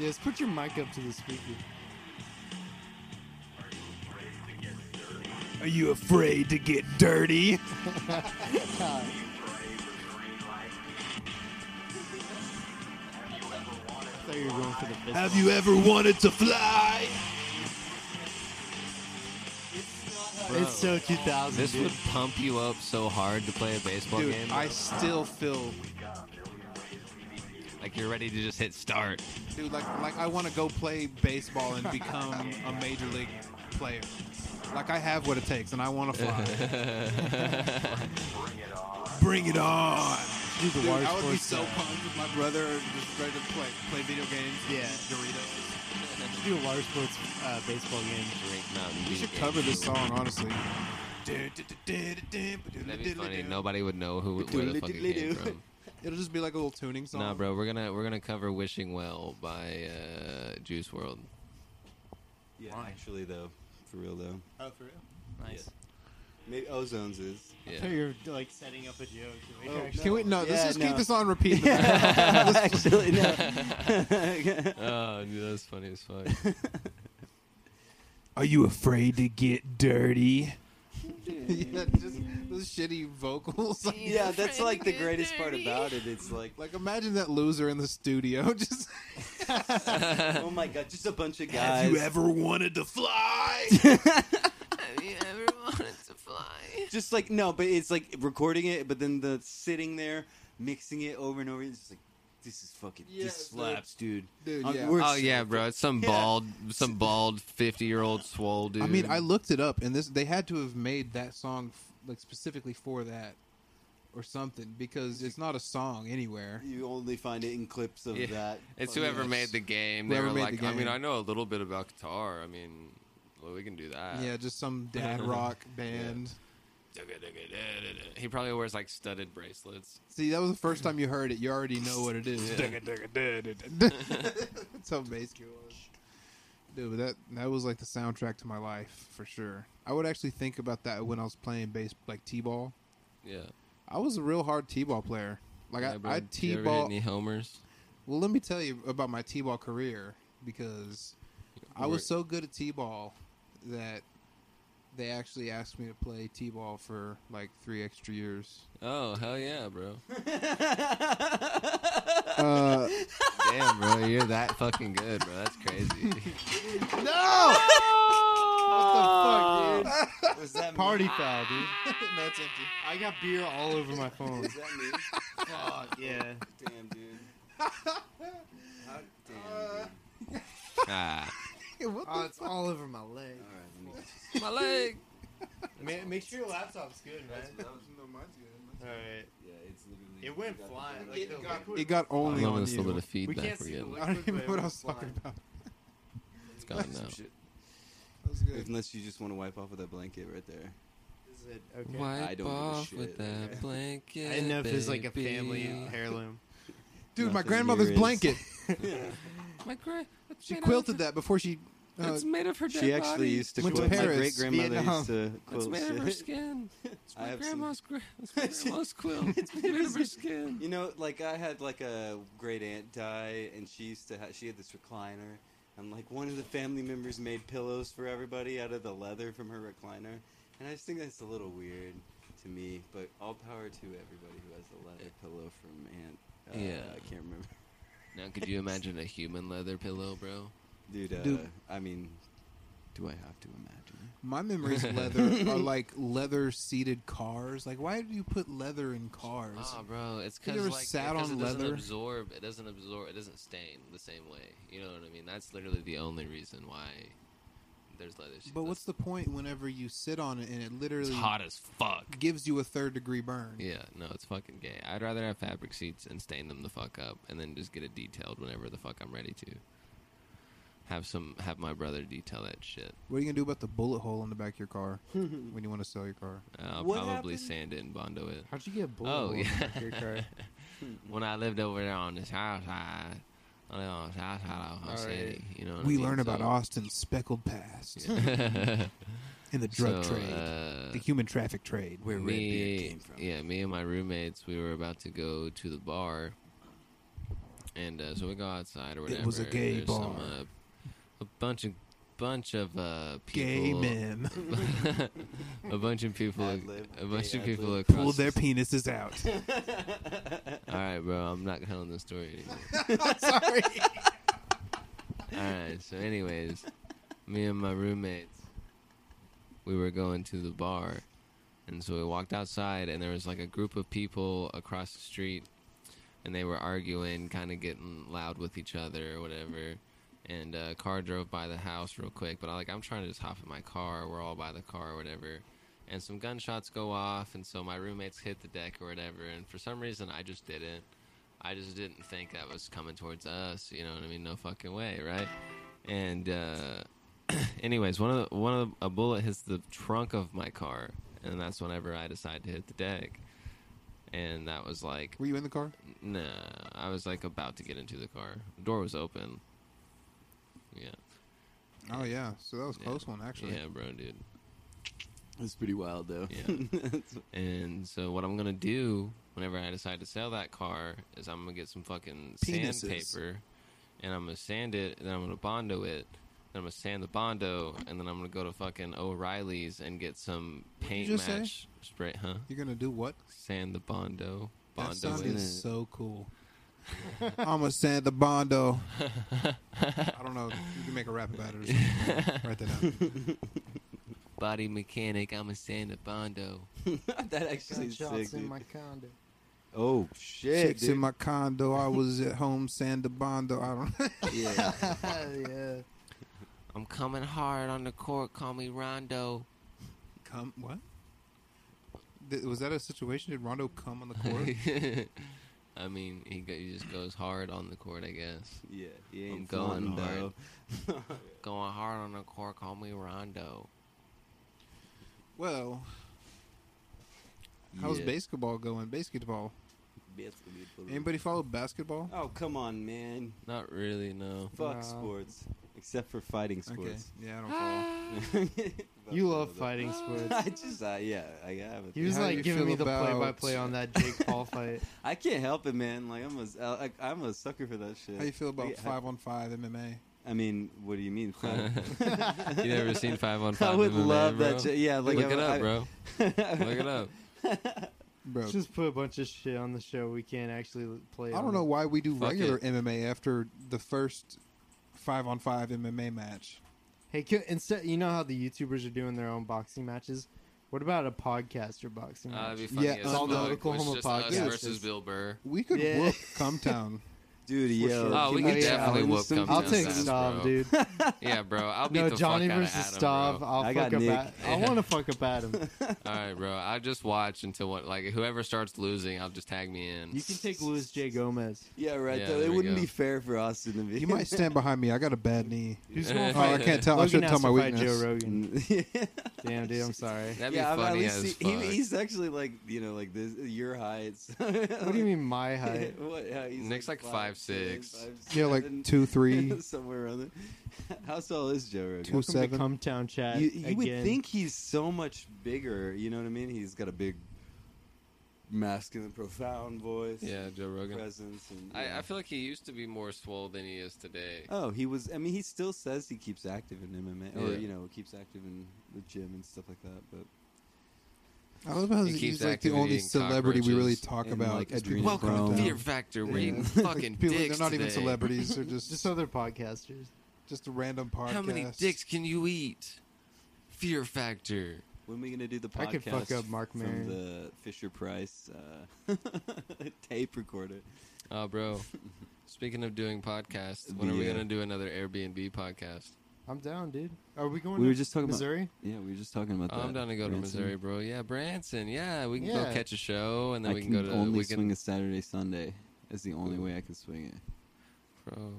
D: Yes, put your mic up to the speaker.
C: Are you afraid to get dirty?
D: I thought you were going for the fist.
C: Have you ever wanted to fly?
D: It's so 2000.
B: This
D: dude.
B: would pump you up so hard to play a baseball
C: Dude,
B: game.
C: I still feel,
B: like you're ready to just hit start.
C: dude, like like I want to go play baseball and become a major league player. Like I have what it takes, and I want to fly. Bring it on!
D: Dude, the
C: Dude,
D: water
C: I would be
D: sports
C: so
D: guy.
C: pumped if my brother just ready to play play video games.
D: Yeah.
C: eat Doritos.
D: Do a water sports uh, baseball game.
B: Drink Mountain Dew.
C: We should cover this song, honestly.
B: That'd be funny. Nobody would know who where the fuck it came from.
C: It'll just be like a little tuning song.
B: Nah, bro. We're gonna we're gonna cover "Wishing Well" by uh, Juice World.
A: Yeah, actually though, for real though.
D: Oh, for real? Nice.
A: Maybe Ozone's [laughs] is.
B: Yeah.
D: So you're like setting up a joke. You're
A: Oh,
D: actually-
C: Can [laughs] we? No, let's
A: Yeah,
C: just
A: no.
C: keep this on
A: [laughs]
C: repeat. [laughs]
A: Actually, [laughs]
B: Oh, dude, that's funny as
C: [laughs]
B: fuck.
C: Are you afraid to get dirty? yeah, just those shitty vocals. [laughs] Like,
A: yeah, that's like the greatest part about it. It's like,
C: like, imagine that loser in the studio. [laughs] Just
A: [laughs] oh my god, just a bunch of guys.
C: wanted to fly?
G: Have you ever wanted to fly?
A: just like no, but it's like recording it, but then the sitting there mixing it over and over. It's just like this is fucking
C: Yeah,
A: this slaps, dude.
C: [laughs] Dude,
A: Uh,
C: yeah.
A: we're
B: Oh
A: so-
B: yeah, bro. It's some
A: Yeah.
B: bald, some bald fifty-year-old swole dude.
C: I mean, I looked it up, and this they had to have made that song f- like specifically for that or something because it's not a song anywhere.
A: You only find it in clips of
B: Yeah.
A: that.
B: It's
A: fucking-
B: whoever
C: Yes.
B: made the game. They
C: Whoever
B: were
C: made
B: like,
C: the
B: I mean,
C: game.
B: I know a little bit about guitar. I mean, well, we can do that.
C: Yeah, just some dad rock band.
B: [laughs] He probably wears like studded bracelets.
C: See, that was the first time you heard it. You already know what it is. [laughs] That's how basic it was. Dude, but that that was like the soundtrack to my life for sure. I would actually think about that when I was playing base, like t-ball.
B: Yeah.
C: I was a real hard t-ball player. Like
B: Yeah, bro.
C: I, I
B: Did you ever hit
C: t-ball.
B: Any homers?
C: Well, let me tell you about my t-ball career because I
B: Were-
C: was so good at t-ball that they actually asked me to play t-ball for like three extra years.
B: Oh hell yeah,
C: [laughs]
B: bro!
C: Uh,
B: Damn, bro, you're that fucking good, bro. That's
C: [laughs]
B: crazy.
C: no! [laughs] what the fuck,
A: Was that me?
D: Party foul, dude.
C: dude? no, it's empty.
D: I got beer all over my
C: [laughs]
D: phone.
A: Was that me?
D: Fuck yeah.
A: Damn, [laughs] dude. How- damn, dude.
B: ah,
C: [laughs] What
D: Oh, it's all over my
C: [laughs]
D: leg.
A: All right, let me.
B: [laughs] my leg.
D: Ma- make sure your laptop's good, man. All right.
A: Yeah, it's literally.
D: It went
A: we got the-
D: flying.
A: like,
D: Like,
A: the-
D: the
C: the-
D: liquid-
C: it got
B: I'm
C: only
B: loving
C: on
B: this little
C: you.
B: bit of
D: We
B: feedback
D: can't
B: we're
D: see the
B: getting.
D: liquid.
C: I don't even know what I was
D: but it
C: talking
D: went
C: about.
B: It's gone
C: [laughs]
B: now.
A: shit.
C: That was good.
A: Unless you just want to wipe off with that blanket right there.
D: Is it okay?
A: I
B: Wipe
A: don't give a
B: off
A: shit.
B: with that [laughs]
A: Okay.
B: blanket.
D: I didn't know if it was like a
B: baby.
D: family heirloom.
C: Dude, my
A: Nothing
C: grandmother's
A: here is-
C: blanket.
A: [laughs]
B: My gra- it's
C: She
B: made out
C: quilted
B: of-
C: that before she. Uh,
B: It's made of her dead
A: She actually
B: body.
A: used to
C: Went to
A: quote my
C: Paris,
A: great grandmother
C: Vietnam.
A: used to
B: It's
A: quote
B: made of her
A: shit.
B: [laughs] skin. It's
A: I
B: my
A: have some-
B: grandma's, [laughs] gra- it's my grandma's quill. It's made of [laughs] her skin.
A: You know, like I had like a great aunt die, and she used to ha- she had this recliner, and like one of the family members made pillows for everybody out of the leather from her recliner, and I just think that's a little weird to me. But all power to everybody who has a leather pillow from Aunt. Uh,
B: Yeah.
A: I can't remember,
B: Now, could you imagine a human leather pillow, bro?
A: dude. Uh,
C: Dude.
A: I mean, do I have to imagine?
C: my memories of
B: [laughs]
C: leather are like leather seated cars. Like, why do you put leather in cars?
B: Oh, bro, it's
C: Have
B: because
C: you ever
B: like,
C: sat
B: because
C: on
B: it doesn't
C: leather?
B: absorb. It doesn't absorb. It doesn't stain the same way. You know what I mean? That's literally the only reason why there's leather. seats.
C: but what's the point whenever you sit on it and it
B: It's
C: literally
B: hot as fuck.
C: gives you a third degree burn?
B: Yeah, no, it's fucking gay. I'd rather have fabric seats and stain them the fuck up, and then just get it detailed whenever the fuck I'm ready to. Have some, have my brother detail that shit.
C: What are you gonna do about the bullet hole in the back of
B: [laughs]
C: your car when you want to sell your car?
B: I'll
A: What
B: probably
A: happened?
B: sand it and bondo it.
D: How'd you get bullet
B: Oh
D: hole in the back of your
B: yeah.
D: car?
B: [laughs] when I lived over there on this house, I, I lived on the south side of Oklahoma
D: All right.
B: City. You know, what
C: we
B: I mean?
C: learn about
B: So-
C: Austin's speckled past [laughs]
B: Yeah.
C: in the drug
B: So,
C: trade,
B: uh,
C: the human traffic trade.
A: Where red beard
B: me,
A: came from?
B: yeah, me and my roommates, we were about to go to the bar, and uh, so we go outside or whatever.
C: It was a gay
B: There's Some,
C: bar.
B: uh, a bunch of bunch of uh,
C: Gay
B: people,
C: men
B: [laughs] a bunch of people,
A: Ad-lib,
B: a bunch
A: gay
B: of people
A: ad-lib.
B: across.
C: pull their penises out.
B: [laughs] All right, bro, I'm not telling the story anymore.
C: Sorry.
B: [laughs] All right. So, anyways, me and my roommates, we were going to the bar, and so we walked outside, and there was like a group of people across the street, and they were arguing, kind of getting loud with each other or whatever. And uh, a car drove by the house real quick, but I like I'm trying to just hop in my car. We're all by the car or whatever. And some gunshots go off, and so my roommates hit the deck or whatever. And for some reason, I just didn't. I just didn't think that was coming towards us. You know what I mean? No fucking way, right? And uh, [clears throat] anyways, one of the, one of the, a bullet hits the trunk of my car, and that's whenever I decide to hit the deck. And that was like,
C: Were you in the car?
B: nah. I was like about to get into the car. door was open. Yeah.
C: Oh yeah, so that was a
B: Yeah.
C: close one actually.
B: Yeah, bro, dude.
A: It's pretty wild though.
B: Yeah. [laughs] And so what I'm gonna do whenever I decide to sell that car is I'm gonna get some fucking
C: Penises.
B: sandpaper, and I'm gonna sand it, and then I'm gonna bondo it, then I'm gonna sand the bondo, and then I'm gonna go to fucking O'Reilly's and get some paint
C: just say?
B: match spray, huh?
C: You're gonna do what?
B: Sand the bondo,
C: that sound
B: bondo
A: sounded-
B: it.
A: it.
C: is so cool. I'm gonna sand the bondo. I don't know. You can make a rap about it or something. Write that out.
B: Body mechanic, I'm gonna sand the bondo.
A: that actually is sick. Dude.
D: [laughs]
C: [laughs]
D: condo.
A: Oh shit,
C: Chicks in my condo. I was at home sand the bondo. I don't.
A: [laughs]
C: [laughs]
A: yeah.
D: yeah.
B: I'm coming hard on the court. Call me Rondo.
C: Come what? Th- was that a situation? Did Rondo come on
B: [laughs]
C: the court?
B: I mean, he, go, he just goes hard on the court, I guess.
A: Yeah, he
B: I'm
A: ain't floating,
B: going hard.
A: though.
B: Going hard on the court. Call me Rondo.
C: well, how's
B: Yeah.
C: basketball going? Basketball.
A: Basketball.
C: Anybody follow basketball?
A: Oh come on, man!
B: Not really, no.
A: Fuck
D: No.
A: sports, except for fighting
C: Okay.
A: sports. [laughs]
C: Yeah, I don't follow.
A: [gasps]
D: You love fighting sports.
A: I just, I yeah, I have
D: He was
C: How do
D: like
C: you
D: giving
C: feel
D: me the
C: about-
D: play-by-play on that Jake Paul
C: [laughs]
D: fight. [laughs]
A: I can't help it, man. Like I'm a, I- I'm a sucker for that shit.
C: How you feel about
A: Yeah, I-
C: five on five MMA?
A: I mean, what do you mean?
B: you
A: [laughs]
B: never [laughs] seen five on five?
A: I would
B: MMA,
A: love
B: bro?
A: that. shit. Yeah, like
B: Look
A: I,
B: it up,
A: I- [laughs]
B: bro. Look it [laughs] up.
C: Bro,
D: Just put a bunch of shit on the show we can't actually l- play.
C: I
D: on.
C: don't know why we do
B: Fuck
C: regular
B: it.
C: MMA after the first five on five MMA match.
D: Hey, can, instead, you know how the YouTubers are doing their own boxing matches. What about a podcaster boxing
B: Uh,
D: match?
B: it'd be funny
C: Yeah,
B: as
C: it's all the
B: fuck. It's
D: Oklahoma
B: just us
D: podcast.
B: versus
A: [laughs]
B: Bill Burr.
C: We could
D: Yeah.
C: whoop Cumtown.
A: dude. Yo,
D: sure.
B: Oh, we
A: can
B: could
A: we
B: definitely
A: challenge
B: whoop
A: some-
B: Compton's
D: I'll
A: Compton's
D: take
B: ass,
D: Stav,
B: bro. [laughs]
D: dude.
B: Yeah, bro. I'll beat
D: no,
B: the
D: Johnny
B: fuck out of
D: versus
B: Adam,
D: Stav.
B: bro.
D: I'll
A: I
D: fuck
A: got
D: up.
A: Nick.
D: At, I want to fuck up
C: [laughs]
D: Adam.
B: All right, bro. I just watch until what, like whoever starts losing, I'll just tag me in.
D: You can take Luis J. Gomez.
A: [laughs] Yeah, right.
B: Yeah,
A: though.
B: there
A: It
B: we
A: wouldn't
B: go.
A: be fair for Austin to be. [laughs]
B: [laughs]
C: He might stand behind me. I got a bad knee.
D: Who's going
C: Oh, I can't tell. I
D: Logan
C: shouldn't tell
D: has
C: my
D: to fight
C: weakness.
D: Joe Rogan.
A: yeah.
D: Damn, dude, I'm sorry.
B: That'd be
A: yeah, I mean, at
B: funny
A: least
B: as
A: he-
B: fuck.
A: he- he's actually like you know like this your height.
D: What do
A: [laughs]
D: you mean my
C: [laughs]
D: height?
A: what, yeah, he's
B: Nick's like
A: five,
B: 5'6".
A: seven, five,
C: Yeah,
A: seven,
C: like two,
A: [laughs]
C: three.
A: somewhere around there. [laughs] How tall is Joe Rogan?
C: Two-
D: Welcome to
C: seven.
D: Cumtown Chat.
A: you you would
D: again.
A: think he's so much bigger. You know what I mean? He's got a big, masculine, profound voice.
B: yeah, Joe Rogan.
A: presence. And,
B: I,
A: yeah.
B: I feel like he used to be more swole than he is today.
A: Oh, he was. I mean, he still says he keeps active in MMA, or
B: Yeah.
A: you know, keeps active in the gym and stuff like that. But
C: I love how
B: He
C: he's,
B: keeps
C: like the
B: actively
C: only
B: eating
C: celebrity we really
B: cockroaches
C: talk
A: and,
C: about.
A: like,
C: at
A: adrenochrome.
C: People's
B: Welcome to
C: Hometown.
B: Fear Factor.
A: Yeah. [laughs]
B: We're eating
A: Like,
B: fucking
C: People-
B: dicks.
C: They're not even
B: today.
C: celebrities.
B: [laughs]
C: They're just
D: just other podcasters.
C: just a random podcast.
B: How many dicks can you eat? Fear Factor.
A: when are we gonna do the podcast?
D: I could fuck up Mark
A: from
D: Maron.
A: the Fisher Price uh, [laughs] tape recorder. [laughs]
B: Oh, bro. Speaking of doing podcasts, when are we
A: The, uh,
B: gonna do another Airbnb podcast?
D: I'm down, dude. Are we going
A: We
D: to
A: were just talking about.
D: Missouri?
A: Yeah, we were just talking about
B: Oh,
A: that.
B: I'm down to go to
A: Branson.
B: Missouri, bro. Yeah, Branson. Yeah, we can go
D: Yeah.
B: catch a show, and then
A: I
B: we
A: can,
B: can, go to
A: only
B: we
A: swing a Saturday Sunday. That's the only way I can swing it.
B: Bro,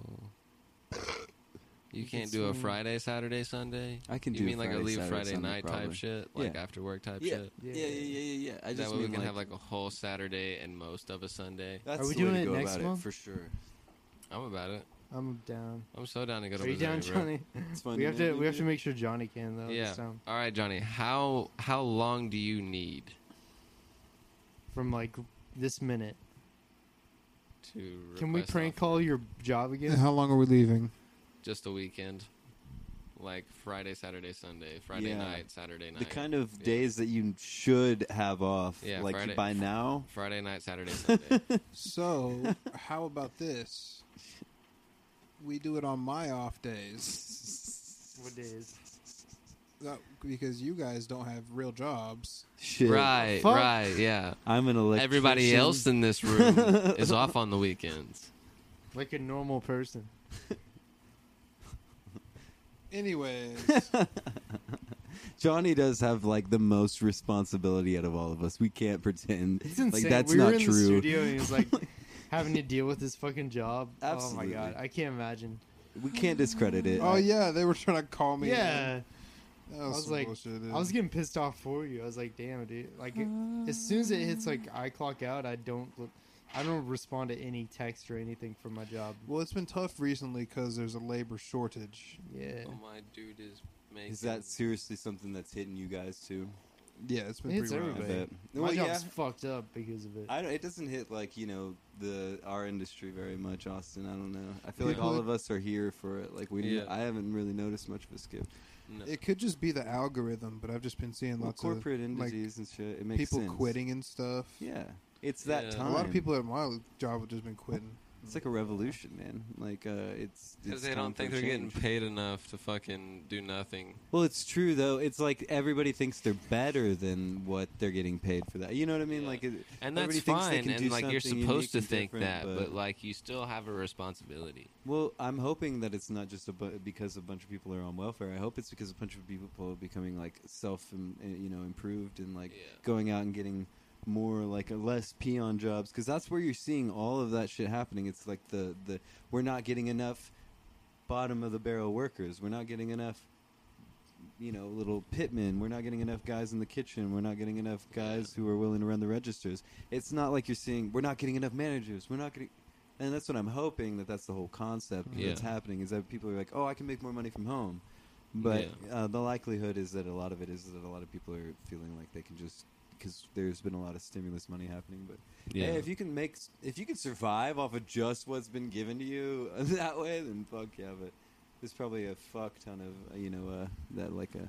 B: you
D: You can
B: can't do a
D: swing.
B: Friday, Saturday, Sunday.
A: I can
B: you
A: do
B: mean like a
A: Friday,
B: leave
A: Saturday,
B: Friday
A: Sunday,
B: night type
A: probably.
B: shit, like
A: Yeah.
B: after work type
A: Yeah.
B: shit?
A: Yeah, yeah, yeah, yeah. yeah. I
B: that
A: just
B: way we
A: mean,
B: can
A: like,
B: have like a whole Saturday and most of a Sunday.
A: That's
D: Are we
A: the way
D: doing
A: to
D: it
A: go
D: next
A: about
D: month?
A: it for sure.
B: I'm about it.
D: I'm down.
B: I'm so down to go to
D: Are you
B: Missouri,
D: down,
B: bro.
D: [laughs] Johnny? um,
A: It's fun.
D: We have to
A: man.
D: we have to make sure Johnny can though.
B: Yeah.
D: This time.
B: All right, Johnny. How how long do you need
D: From like this minute.
B: to?
D: Can we
B: request
D: prank
B: off?
D: call your job
C: And
A: [laughs]
D: again?
C: how long are
B: [laughs]
C: we leaving?
B: just a weekend, like Friday, Saturday, Sunday, Friday
A: Yeah.
B: night, Saturday night,
A: the kind of
B: Yeah.
A: days that you should have off.
B: Yeah,
A: like
B: Friday-
A: by now.
B: Friday night, Saturday,
A: [laughs]
B: Sunday.
C: So, how about this? We do it on my off days
B: [laughs]
D: What days?
C: That- because you guys don't have real jobs.
A: Shit.
B: right,
D: Fuck.
B: right, yeah.
A: I'm an electrician.
B: Everybody else in this room
D: [laughs]
B: is off on the weekends.
D: Like a normal person.
C: Anyways,
B: [laughs]
A: Johnny does have like the most responsibility out of all of us. We can't pretend
D: It's insane.
A: like that's
D: we
A: not
D: were in
A: true.
D: the studio and he
A: [laughs]
D: was like having to deal with his fucking job.
A: Absolutely.
D: Oh my god, I can't imagine.
A: We can't discredit it.
C: oh yeah, they were trying to call me.
D: yeah.
C: that was,
D: I was
C: some
D: like-
C: bullshit, dude.
D: I was getting pissed off for you. I was like, damn, dude. Like, as soon as it hits like I clock out, I don't, look, I don't respond to any text or anything from my job.
C: well, it's been tough recently because there's a labor shortage.
D: Yeah.
B: Oh, my dude is making.
A: Is that seriously something that's hitting you guys too?
C: Yeah, it's been
D: It's
C: pretty rough.
D: everybody.
A: bet.
D: My
A: Well, yeah.
D: job's fucked up because of it.
A: I don't, it doesn't hit like you know the our industry very much, Austin. I don't know. I feel like
C: People
A: all
C: that-
A: of us are here for it. Like we,
B: Yeah.
A: I haven't really noticed much of a skip.
B: No.
C: It could just be the algorithm, but I've just been seeing
A: Well,
C: lots
A: corporate
C: of like,
A: entities and shit. It makes
C: people
A: sense.
C: quitting and stuff.
A: Yeah, it's that
B: Yeah.
A: time.
C: A lot of people at my job have just been quitting.
A: It's like a revolution, man. Like uh, it's
B: Because
A: it's
B: they
A: time
B: don't
A: for
B: think they're
A: change.
B: getting paid enough to fucking do nothing.
A: Well, it's true though. It's like everybody thinks they're better than what they're getting paid for that. You know what I mean?
B: Yeah.
A: Like, it,
B: And that's
A: everybody thinks they
B: fine.
A: can do
B: And like you're
A: something
B: supposed
A: unique
B: to
A: and
B: think
A: different,
B: that, but,
A: but-
B: like you still have a responsibility.
A: well, I'm hoping that it's not just a bu- because a bunch of people are on welfare. I hope it's because a bunch of people are becoming like self, im- uh, you know, improved and like
B: Yeah.
A: going out and getting more like uh, less peon jobs because that's where you're seeing all of that shit happening. It's like the the we're not getting enough bottom of the barrel workers. We're not getting enough, you know, little pitmen. We're not getting enough guys in the kitchen. We're not getting enough guys who are willing to run the registers. It's not like you're seeing we're not getting enough managers. We're not getting. And that's what I'm hoping that that's the whole concept
B: Yeah.
A: that's happening is that people are like, oh, I can make more money from home, but uh, the likelihood is that a lot of it is that a lot of people are feeling like they can just because there's been a lot of stimulus money happening, but yeah. if you can make, if you can survive off of just what's been given to you [laughs] that way, then fuck yeah. But there's probably a fuck ton of uh, you know uh, that like a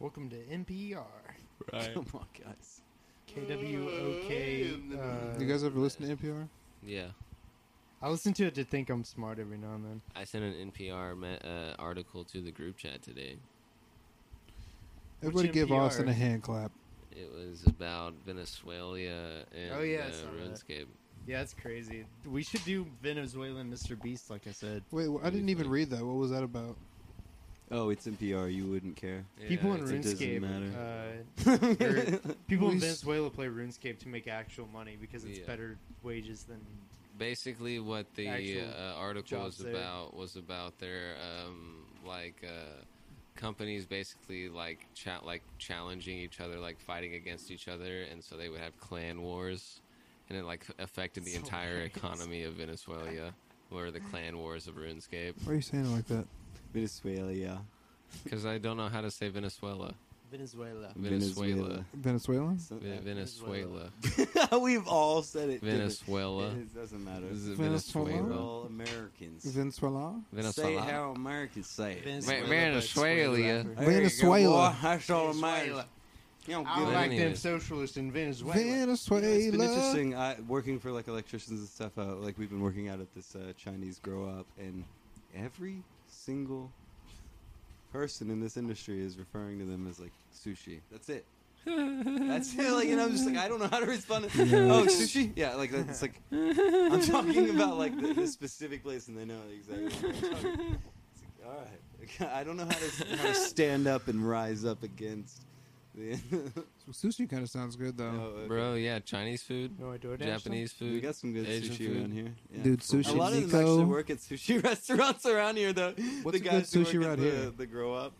D: Welcome to NPR.
A: [laughs] come on guys.
D: KWOK. Uh,
C: you guys ever listen to NPR?
B: [laughs] Yeah.
D: I listen to it to think I'm smart every now and then.
B: I sent an NPR me- uh, article to the group chat today.
C: Everybody give
D: NPR?
C: Austin a hand clap.
B: It was about Venezuela and
D: Oh, yeah, I
B: uh,
D: saw that.
B: RuneScape.
D: Yeah, that's crazy. We should do Venezuelan Mr. Beast, like I said.
C: Wait, well, I didn't even read that. What was that about?
A: Oh, it's NPR. You wouldn't care.
B: Yeah,
D: people in
B: it's-
A: it doesn't
D: RuneScape,
A: matter.
D: uh, er, [laughs] people in
C: We s-
D: Venezuela play RuneScape to make actual money because it's
B: Yeah.
D: better wages than.
B: basically what the
D: Actual
B: uh, article was
D: jobs there.
B: about was about their um, like uh, companies basically like chat like challenging each other like fighting against each other and so they would have clan wars and it like affected the
D: So
B: entire
D: nice.
B: economy of venezuela were the clan wars of runescape
C: Why are you saying it like that?
A: Venezuela, yeah.
B: because i don't know how to say venezuela
D: Venezuela.
B: Venezuela.
C: Venezuelan?
A: So-
B: Ve-
A: [laughs]
B: venezuela
A: We've all said it. different.
B: [laughs] venezuela
A: It doesn't matter.
B: Is it
C: Venezuela?
A: We're
B: venezuela
A: all Americans.
C: Venezuela?
A: Say it
B: venezuela
A: how Americans say it.
B: Ve- Venezuela.
D: but it's way
A: There you go,
C: Venezuela.
A: boy. That's all Americans.
D: Venezuela.
A: You don't
D: I
A: give
B: But
A: a
D: like
B: anyway.
D: them socialists in Venezuela.
C: Venezuela.
A: Yeah, it's been interesting. I, working for like electricians and stuff. Uh, like we've been working out at this uh, Chinese grow up, and every single person in this industry is referring to them as like sushi. That's it. That's it. Like, and I'm just like, I don't know how to respond. To, oh, sushi? Yeah, like that's like I'm talking about like the, the specific place, and they know exactly. What I'm talking about. It's like, all right, [laughs] I don't know how to, how to stand up and rise up against. The [laughs]
C: Sushi kind of sounds good though.
A: No, okay.
B: bro yeah chinese food
D: No, I DoorDash them?
B: japanese
A: We
B: food
A: got some good
B: Asian
A: sushi
B: food.
A: around here, Yeah.
C: Dude,
A: For-
C: Sushi
A: A lot of them
C: Nico.
A: actually work at sushi [laughs] restaurants around here, though.
C: What's
A: the
C: a good
A: guys who
C: sushi
A: work
C: right
A: at the,
C: here?
A: The grow up.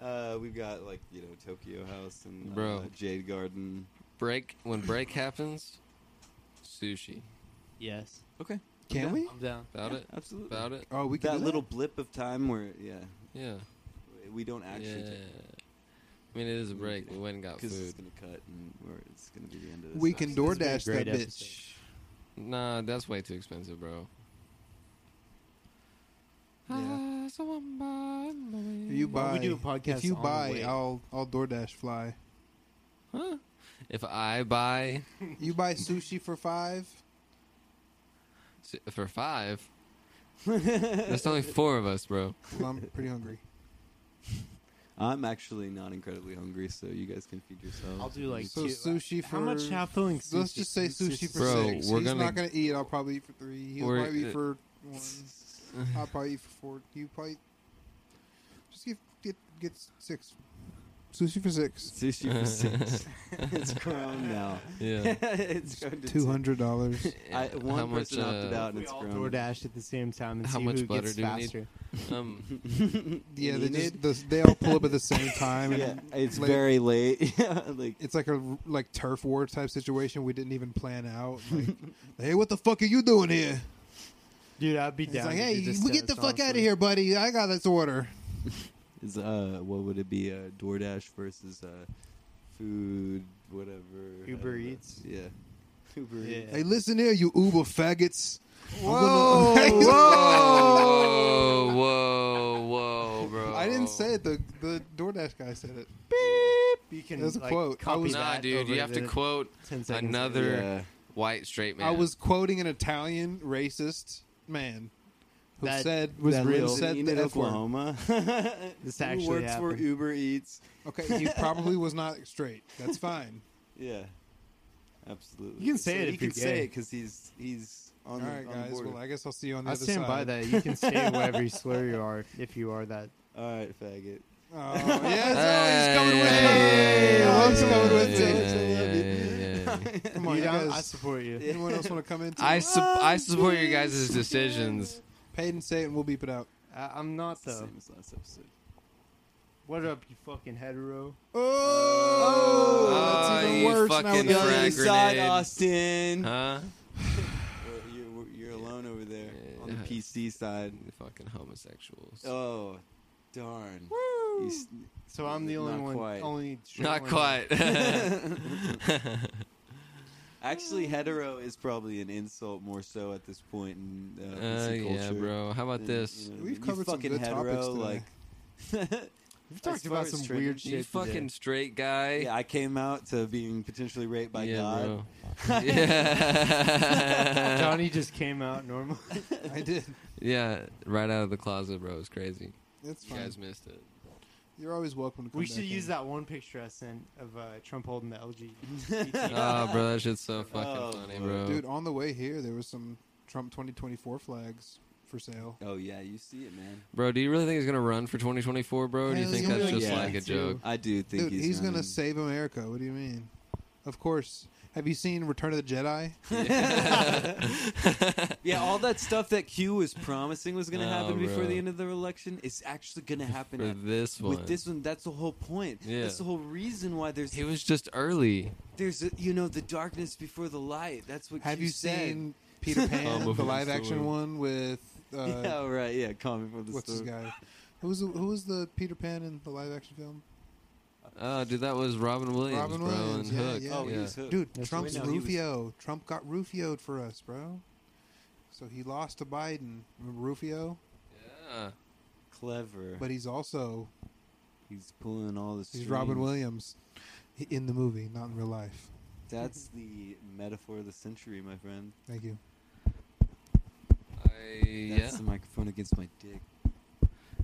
A: Uh, we've got like you know Tokyo House and
B: Bro.
A: Uh, Jade Garden.
B: break when break happens sushi
D: Yes.
A: Okay,
C: Can
A: Yeah.
C: we?
D: I'm down.
B: about it
A: absolutely.
B: about it
C: Oh, we
A: that,
C: can do
A: little blip of time where yeah,
B: yeah
A: we don't actually
B: yeah
A: take
B: i mean it is a break we went and got
A: because it's
B: food
A: gonna cut and we're, it's gonna be the end of this.
C: We can
A: episode.
C: DoorDash that
D: great
C: bitch.
D: episode.
B: nah that's way too expensive bro
C: Yeah.
B: Ah, someone buy me.
C: If you
D: Well,
C: buy,
D: we do a podcast
C: if you
D: on the
C: buy,
D: way.
C: I'll I'll DoorDash fly.
B: Huh? if i buy
C: You buy sushi for five?
B: s- for five there's only four of us bro
C: Well, I'm pretty hungry.
A: I'm actually not incredibly hungry, so you guys can feed yourselves.
D: I'll do like
C: So
D: two. uh,
C: sushi for
D: How much half filling [laughs] sushi?
C: Let's just say sushi for
B: Bro,
C: 6
B: we're
C: He's
B: gonna-
C: not gonna eat. I'll probably eat for three. He'll
B: We're-
C: probably eat for one. I'll probably eat for four. You probably just get get get six. Sushi for six.
A: sushi for six. it's grown
C: [laughs]
A: now.
B: [laughs]
A: [laughs]
B: yeah
A: it's going to
C: Two hundred dollars.
A: I,
B: Yeah.
A: one
B: How much,
A: person opted
B: uh,
A: out, and
D: We
A: it's
D: all
A: grown.
D: [laughs] DoorDash at the same time and
B: How
D: see
B: much
D: who
B: butter
D: gets
B: do we need?
D: faster.
B: um
C: [laughs] Yeah, they just
A: Needed?
C: the, they all pull up at the same
D: [laughs]
C: time. And [laughs]
A: yeah, it's
C: like-
A: very late. [laughs] yeah, like
C: It's like a like turf war type situation we didn't even plan out. Like, hey, what the fuck are you doing here?
D: Dude, I'd be
C: It's
D: down.
C: like,
D: to do
C: hey,
D: this
C: we
D: to
C: get the
D: us,
C: fuck out of
D: honestly.
C: here, buddy. I got this order.
A: Is uh, what would it be? Uh, DoorDash versus uh, food, whatever. I
D: Uber
A: don't know.
D: Eats?
A: Yeah. Uber
D: Yeah.
A: Eats.
C: Hey, listen here, you Uber faggots.
D: Whoa,
B: Whoa, whoa, whoa, bro.
C: I didn't say it. The the DoorDash guy said it.
D: You can.
C: There's a
D: like,
C: quote. I
D: Copy
C: was-
B: Nah,
D: that
B: dude,
D: over
B: you have to
D: the
B: quote
D: 10 seconds later.
B: another
A: Yeah.
B: white straight man.
C: I was quoting an Italian racist man who
D: That
C: said
D: was
C: that
D: real.
C: Said
A: in
C: the F word.
A: Oklahoma.
D: This
A: [laughs] Who
D: actually
A: works
D: happened.
A: for Uber Eats.
C: Okay, he probably was not straight. That's fine.
A: Yeah, absolutely.
D: You can say it
A: He
D: if
A: can
D: you're
A: say
D: gay.
A: it because he's he's on.
C: All
A: the, on
C: right,
A: the
C: guys.
A: border.
C: Well, I guess I'll see you on the
D: I
C: other
D: stand
C: side.
D: by that. You can
C: [laughs]
D: say whatever slur you are if you are that.
A: All right, faggot.
C: Oh, yes.
B: [laughs] Hey,
C: Oh, he's coming with me.
B: hey, yeah, yeah,
C: Oh, he's coming with me.
B: yeah, yeah, yeah.
C: Come on,
D: [laughs] You
C: you
D: don't- I
C: guys.
D: support you.
C: Anyone else want to come in?
D: [laughs]
C: too?
B: I sup- I support your guys' decisions.
C: Payden, say it, and we'll beep it out.
D: I, I'm not
A: It's the
D: though.
A: same as last episode.
D: What up, you fucking hetero?
C: Oh,
B: Oh,
C: that's even
B: you
C: worse. now
B: fucking
C: we got
A: You're
B: frag
A: inside
B: grenade.
A: Austin.
B: Huh?
A: Well, You're, we're- you're alone over there on the
B: Yeah.
A: PC side.
B: You Fucking homosexuals.
A: Oh, darn. You s-
D: So I'm the only
A: Not
D: one.
A: quite.
D: Only straight
B: Not
D: one.
B: quite.
D: [laughs]
A: Actually, hetero is probably an insult more so at this point in uh,
B: Uh,
A: PC culture.
B: yeah, bro. How about
A: than,
B: this?
A: you know,
C: We've
A: you
C: covered some
A: fucking
C: good
A: hetero,
C: topics today.
A: like
D: We've
A: As
D: talked
A: far
D: about
A: as
D: some
A: straight-
D: weird shit.
B: You fucking
D: today.
B: straight
A: [laughs]
B: guy.
A: yeah, I came out to being potentially raped by God.
B: Bro. yeah.
C: [laughs]
D: Johnny just came out normal.
C: [laughs] I did.
B: [laughs] Yeah, right out of the closet, bro. It's crazy.
A: [laughs]
C: It's
B: You
C: fine.
B: guys missed it.
C: You're always welcome to come
D: we should
C: back
D: use
C: in.
D: that one picture I sent of uh, Trump holding the LG.
B: Oh, bro, that shit's so fucking
A: Oh,
B: funny,
A: Lord.
B: bro.
C: Dude, on the way here, there was some Trump 2024 flags for sale.
A: Oh yeah, you see it, man.
B: Bro, do you really think he's gonna run for 2024, bro? Or do you
C: Hell
B: think
C: yeah.
B: that's just
A: Yeah.
B: like a joke?
A: I do think
C: Dude, he's, going to
A: running.
C: save America. What do you mean? Of course. Have you seen Return of the Jedi?
A: [laughs]
B: [laughs]
A: Yeah, all that stuff that Q was promising was going to
B: Oh,
A: happen before
B: bro.
A: the end of the election is actually going to happen
B: For
A: at-
B: this one,
A: with this one. That's the whole point.
B: Yeah.
A: That's the whole reason why there's
B: he was just early.
A: there's a, you know the darkness before the light. That's what
C: Have
A: Q
C: you
A: said. [laughs]
C: seen Peter
D: Oh,
C: Pan,
B: moving
C: the
B: the
C: live action
B: story.
C: one with uh,
A: yeah, right. Yeah, comment from the
C: what's his
A: store.
C: guy? Who was the, who was the Peter Pan in the live action film?
B: Oh, dude, that was Robin Williams,
C: Robin
B: bro,
C: Williams,
B: and
C: yeah,
B: Hook.
C: yeah.
A: Oh, he was hooked.
C: Dude,
D: That's
C: Trump's
A: right. No, he was-
C: Rufio. Trump got Rufioed for us, bro. So he lost to Biden. Remember Rufio?
B: Yeah.
A: clever.
C: But he's also
A: he's pulling all the.
C: he's Robin
A: strings.
C: Williams i- in the movie, not in real life.
A: That's the metaphor of the century, my friend.
C: Thank you.
B: I,
A: That's
B: yeah.
A: the microphone against my
B: [laughs]
A: dick.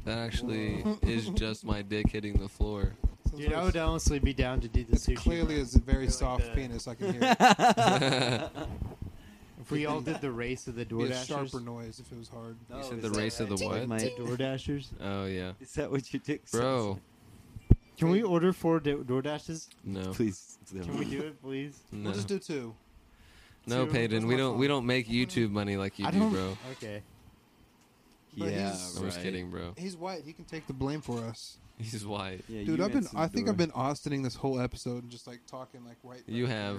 B: That actually is just my dick hitting the floor. [laughs]
C: Sounds
D: Dude,
C: like
D: I would honestly be down to do the
C: it's
D: sushi.
C: clearly
D: run.
C: is a
D: Feel
C: very
D: like
C: soft
D: the-
C: penis. I can
D: [laughs]
C: hear it.
B: Oh,
D: If we all did the race of the
C: It'd be
D: DoorDashers.
C: a sharper noise if it was hard.
A: No,
B: said
A: is
B: the
A: that
B: race of
A: right?
B: the
A: Like
B: what?
C: [laughs]
A: my-
D: DoorDashers.
B: Oh yeah,
A: is that what your dick sounds
B: bro.
A: like?
D: Can we order four do- DoorDashes?
B: No,
A: Please.
D: Can we do it, please?
B: no,
C: We'll just do two.
B: no,
D: two?
B: Payton.
D: Where's
B: We
D: my
B: don't. We
D: phone?
B: don't make YouTube money like you
D: I
B: do,
D: don't- [laughs]
B: bro.
D: Okay.
C: But
A: Yeah,
C: he's-
B: I'm just
A: right.
B: kidding,
C: [laughs]
B: bro.
C: He's white. He can take the blame for us,
B: He's white.
A: Yeah,
C: dude.
A: you
C: I've been.
A: answered
C: I
A: the
C: think
A: door.
C: I've been austining this whole episode and just like talking like white.
B: You
C: right
B: have.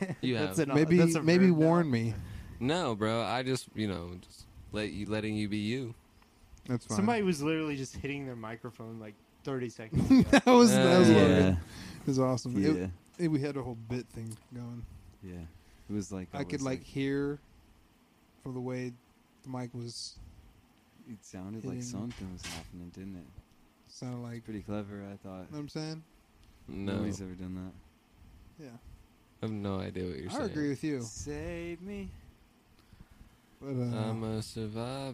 C: here.
B: You have
D: That's an- No,
C: maybe
D: that's a
C: maybe
D: verb now.
C: warn me.
B: no, bro. I just you know just let you letting you be you.
C: That's fine. [laughs]
D: Somebody was literally just hitting their microphone like 30 seconds ago.
C: that was that was
B: Yeah.
C: Logan.
A: Yeah,
C: It was awesome. It-
A: yeah,
C: it- we had a whole bit thing going.
A: yeah. It was like
C: I could
A: was
C: like, hear from the way the mic was
A: It sounded like
C: hitting-
A: something was happening, didn't it?
C: sounded like. You
A: Pretty clever, I thought.
C: know what I'm saying?
B: No,
A: Nobody's ever done that.
C: Yeah,
B: I have no idea what you're
C: I
B: saying.
C: agree with you.
A: Save me.
C: But uh,
D: Um,
B: I'm a survivor.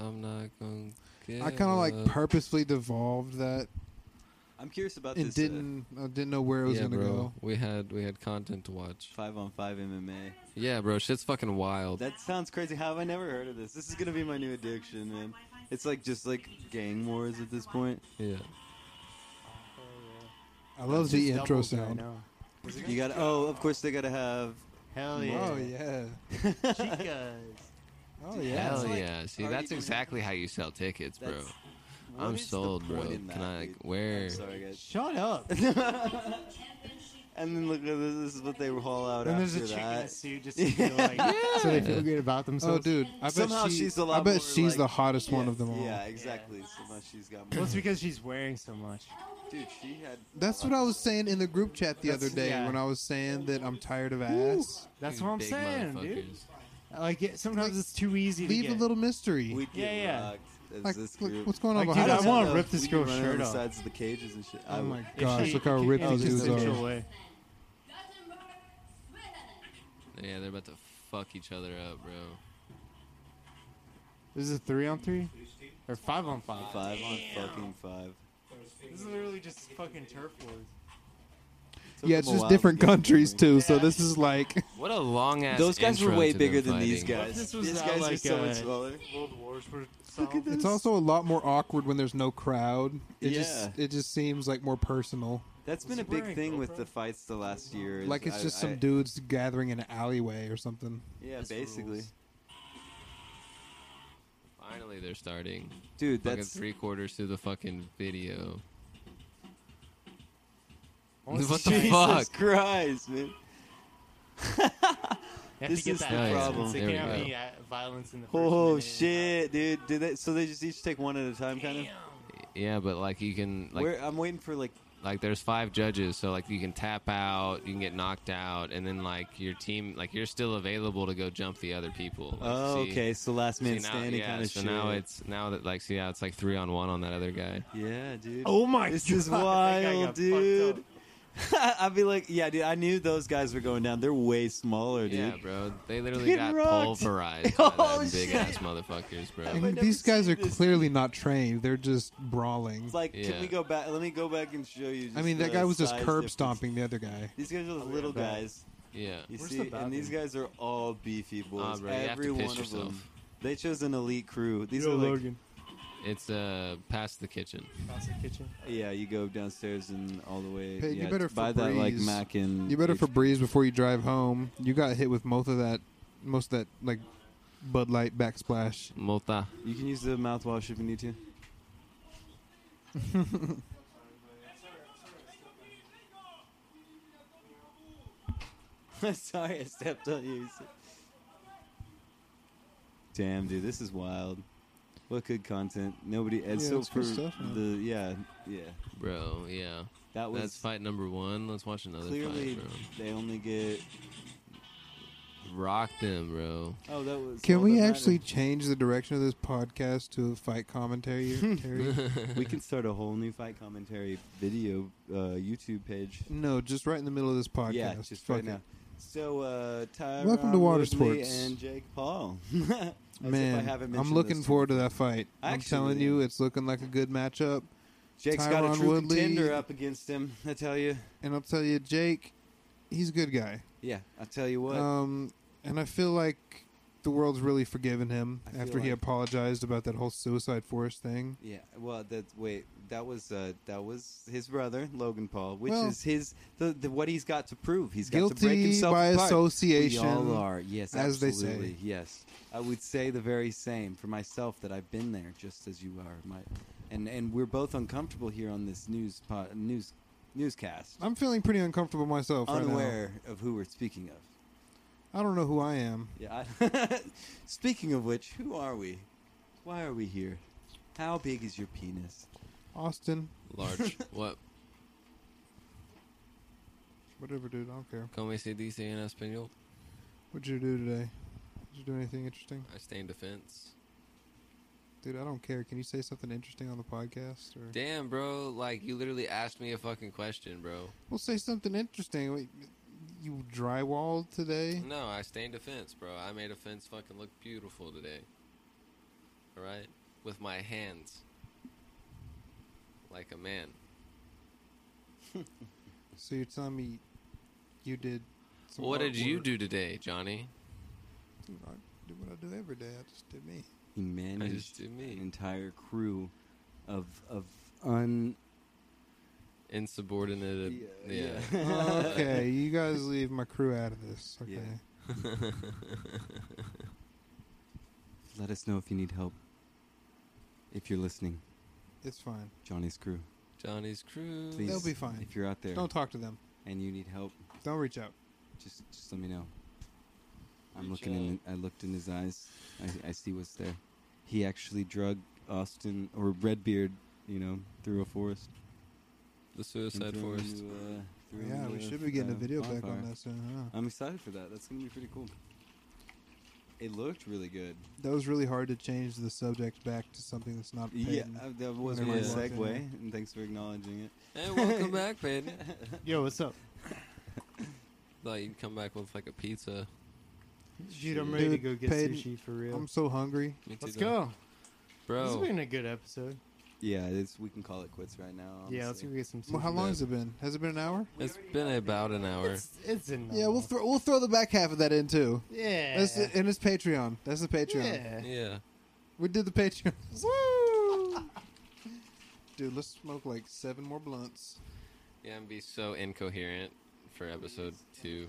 B: I'm not gonna. Give
C: I kind of like
B: up.
C: purposely devolved that
A: I'm curious about
C: and
A: this uh,
C: didn't I didn't know where it was
B: yeah,
C: gonna
B: bro.
C: go.
B: We had we had content to watch.
A: uh, five on five MMA.
B: Yeah, bro. Shit's fucking wild.
A: That sounds crazy. How have I never heard of this? This is gonna be my new addiction, man. It's like just like gang wars at this point.
B: yeah.
C: I love the intro sound.
A: You gotta. Oh, of course they gotta have. [laughs]
D: Hell yeah.
C: Oh yeah.
D: [laughs] Chicas.
C: Oh
A: Yeah,
C: yeah.
A: it's
B: Hell
A: like-
B: yeah! See,
A: Are
B: that's
A: you-
B: exactly how you sell tickets, bro.
A: That's- What
B: I'm
A: is the
B: sold, bro.
A: point in
B: Can
A: that,
B: I like
D: [laughs]
A: dude?
B: where?
A: I'm sorry, guys.
D: Shut up.
A: and then look, this is what they haul out
D: And there's
A: after
D: a chick in a
A: that.
D: suit just to feel like so they feel good about
C: Oh,
D: themselves.
C: dude! I bet
A: Somehow
C: she-
A: she's a lot
C: I bet
A: more,
C: she's
A: like-
C: the hottest one of them all.
A: Yeah, exactly. So much she's
D: [clears throat]
A: got.
D: Well,
A: More.
D: it's because she's wearing so much.
A: Dude, she had.
C: That's what I was saying in the group chat the
D: That's-
C: other day
D: yeah.
C: when I was saying that I'm tired of ass.
D: That's
B: You
D: what I'm
B: big
D: saying, dude.
B: motherfuckers.
D: Like it, sometimes it's too easy to
C: Leave
D: get.
C: a little mystery.
A: We get
D: Yeah, yeah.
A: rocked as
C: like,
A: this
C: look,
A: group.
C: what's going on
D: Like,
A: Dude,
C: behind
D: I
A: I
C: us?
D: wanna
A: want to
D: rip this girl's shirt
A: the
D: off.
A: sides of the cages and shit. I
C: Oh my
A: would-
D: If
C: gosh!
D: she
C: Look how
D: could
C: ripped
D: get
A: these
C: these
D: just
A: dudes
C: dudes
A: are.
D: a
C: are.
D: little way.
B: Yeah, they're about to fuck each other up, bro.
D: This is a three on three or five on five.
A: Five on fucking five.
D: This is literally just fucking turf wars.
A: Took
C: Yeah,
A: them
C: it's
A: a
C: just
A: while to
C: different
A: get going.
C: countries too. So this is like
B: What a long ass.
A: Those guys were
B: intro
A: way
B: to
A: bigger
B: them
A: than these
B: fighting.
A: guys.
D: This was
A: these
D: not
A: guys are
D: like
A: so
D: a-
A: much smaller.
D: World wars were.
A: Look at this.
C: [laughs] it's also a lot more awkward when there's no crowd. It just
A: Yeah.
C: it just seems like more personal.
A: That's been a
D: Was he
A: big
D: wearing
A: thing with
D: GoPro?
A: the fights the last year. is
C: Like it's
A: I-
C: just
A: I-
C: some dudes gathering in an alleyway or something.
A: Yeah,
B: This
A: basically.
B: rules. Finally, they're starting.
A: Dude,
B: Fucking
A: that's
B: three quarters through the fucking video.
D: What
B: What the
A: [laughs]
D: the
A: Jesus
B: fuck?
A: Christ, man.
D: This
A: This
D: get
A: is
D: that
A: the
D: violence.
A: problem.
D: They
B: There we
D: can't
B: go.
D: be, uh, violence in the first
A: Oh
D: minute.
A: shit, dude! Did that? So they just each take one at a time, kind of.
B: Yeah, but like you can like
A: Where I'm waiting for like
B: like there's five judges, so like you can tap out, you can get knocked out, and then like your team like you're still available to go jump the other people. Like,
A: Oh,
B: see-
A: okay. So last
B: see
A: man
B: now-
A: standing
B: yeah,
A: kind of
B: so
A: shit.
B: now it's now that like see how it's like three on one on that other guy.
A: yeah, dude.
D: Oh my
A: this
D: god.
A: is
D: oh, that
A: wild,
D: guy got fucked
A: dude.
D: up.
A: [laughs] I'd be like, yeah, dude. I knew those guys were going down. They're way smaller, Oh, dude.
B: Yeah, bro. They literally
A: Get
B: got
A: rocked. [laughs]
B: pulverized
A: Oh,
B: by them big
A: shit.
B: ass motherfuckers, bro.
A: I've
C: And
A: never
C: these guys
A: seen
C: are
A: this.
C: clearly not trained. They're just brawling.
A: It's like,
B: Yeah.
A: can we go back? Let me go back and show you. Just
C: I mean, that
A: the
C: guy was just
A: size
C: curb
A: difference.
C: stomping the other guy.
A: These guys are
B: Oh,
A: those
D: yeah,
A: little
D: bad.
A: guys.
B: Yeah.
A: You
D: Where's
A: see,
D: the
A: and these
D: bathroom?
A: guys are all beefy boys.
B: Ah, bro, you have to
A: Every
B: piss
A: one of
B: yourself.
A: them. They chose an elite crew. These
D: Yo,
A: are like,
D: Logan.
B: It's uh past the kitchen.
D: Across the kitchen.
A: yeah, you go downstairs and all the way.
C: Hey, you
A: yeah,
C: better
A: buy that like
C: Febreze.
A: mac and
C: You better
A: H-
C: Febreze before you drive home. You got hit with most of that, most of that like Bud Light backsplash.
B: Mota.
A: You can use the mouthwash if you need to. [laughs] Sorry, I stepped on you. Damn, dude, this is wild. What good content? Nobody. And
C: Yeah,
A: so
C: it's
A: for
C: good stuff, man.
A: the yeah, yeah,
B: Bro, yeah.
A: that was
B: That's fight number one. Let's watch another
A: clearly
B: fight, bro.
A: they only get.
B: Rock them, bro.
A: Oh, that was.
C: Can
A: all
C: we
A: that
C: actually change the direction of this podcast to a fight commentary?
A: [laughs]
C: Terry?
A: mattered. we can start a whole new fight commentary video uh, YouTube page.
C: no, just right in the middle of this podcast.
A: Yeah, just
C: Fuck
A: right now.
C: it.
A: So, uh, Tyron
C: Welcome to Water
A: Woodley
C: Sports.
A: and Jake Paul. [laughs] As if I
C: Man,
A: haven't
C: I'm
A: mentioned
C: looking
A: those two
C: forward to that fight. I'm
A: Actually-
C: telling you, it's looking like a good
A: before.
C: matchup.
A: Jake's got
C: Tyron
A: a true
C: Woodley.
A: contender up against him. I tell you,
C: And I'll tell you, Jake, he's a good guy.
A: yeah, I tell you what.
C: Um, and I feel like the world's really forgiven him
A: I feel
C: after he
A: like-
C: apologized about that whole Suicide Forest thing.
A: yeah, well, that wait, that was uh, that was his brother Logan Paul, which
C: Well-
A: is his the, the what he's got to prove. He's got to break
C: Guilty
A: himself
C: by
A: apart.
C: association.
A: We all are, yes,
C: as they say.
A: absolutely, yes. I would say the very same for myself that I've been there, just as you are. My, and and we're both uncomfortable here on this news pod, news newscast.
C: I'm feeling pretty uncomfortable myself right now.
A: unaware of who we're speaking of.
C: I don't know who I am.
A: Yeah. I- [laughs] speaking of which, who are we? Why are we here? How big is your penis?
C: Austin,
B: Large. [laughs] what?
C: whatever, dude. I don't care.
B: Como se dice en español?
C: What'd you do today? Did you do anything interesting,
B: I stay in defense.
C: dude? I don't care. Can you say something interesting on the podcast? Or
B: Damn, bro. Like, you literally asked me a fucking question, bro.
D: [laughs]
C: we'll say something interesting. Wait, You drywall today?
B: No, I stay in defense, bro. I made a fence fucking look beautiful today. Alright? With my hands. Like a man.
C: So you're telling me you did? Some
B: what did you
C: artwork?
B: do today, Johnny?
C: Dude, I did what I do every day. I just did
A: [laughs]
C: me.
A: He managed
B: just do me.
A: an entire crew of of un.
B: Insubordinate. Yeah.
A: [laughs]
C: okay, you guys leave my crew out of this. Okay.
A: Yeah. Let us know if you need help. If you're listening,
C: It's fine.
A: Johnny's crew.
B: [laughs] Johnny's crew.
A: Please,
C: They'll be fine.
A: If you're out there,
C: Don't talk to them.
A: and you need help,
C: Don't reach out.
A: just just let me know. I'm
B: Reach
A: looking in. I looked in his eyes. I, I see what's there. He actually drug Austin or Redbeard, you know, through a forest.
B: The
A: and
B: Suicide
A: threw him
B: Forest.
A: into, uh, threw him
C: Yeah, we
A: into
C: should be getting a
A: uh,
C: video back
A: bonfire.
C: on that soon. Huh?
A: I'm excited for that. That's gonna be pretty cool. It looked really good.
C: That was really hard to change the subject back to something that's not.
A: Yeah,
C: Peyton.
A: uh, that was
C: Whenever
A: my
B: you
C: walked in.
A: segue, and thanks for acknowledging it.
B: Hey, welcome back,
D: [laughs]
B: Peyton.
D: [laughs] Yo, what's up?
B: Thought you'd come back with like a pizza.
D: Dude, I'm ready
C: Dude,
D: to go get
C: Peyton,
D: sushi for real.
C: I'm so hungry.
B: Me too,
D: Let's
B: though.
D: go. This has
B: bro.
D: been a good episode.
A: Yeah, it's, we can call it quits right now.
D: Yeah, let's
A: honestly.
D: go get some sushi.
C: Well, how long
B: bad.
C: has it been? Has it been an hour?
B: It's been about an hour.
D: It's, it's enough.
C: Yeah, we'll throw we'll throw the back half of that in too.
D: yeah.
C: That's the, and it's Patreon. That's the
D: [laughs]
C: Patreon.
D: yeah.
B: Yeah.
C: We did the Patreon. [laughs]
D: Woo!
C: Dude, let's smoke like seven more blunts.
B: Yeah, and be so incoherent for episode two.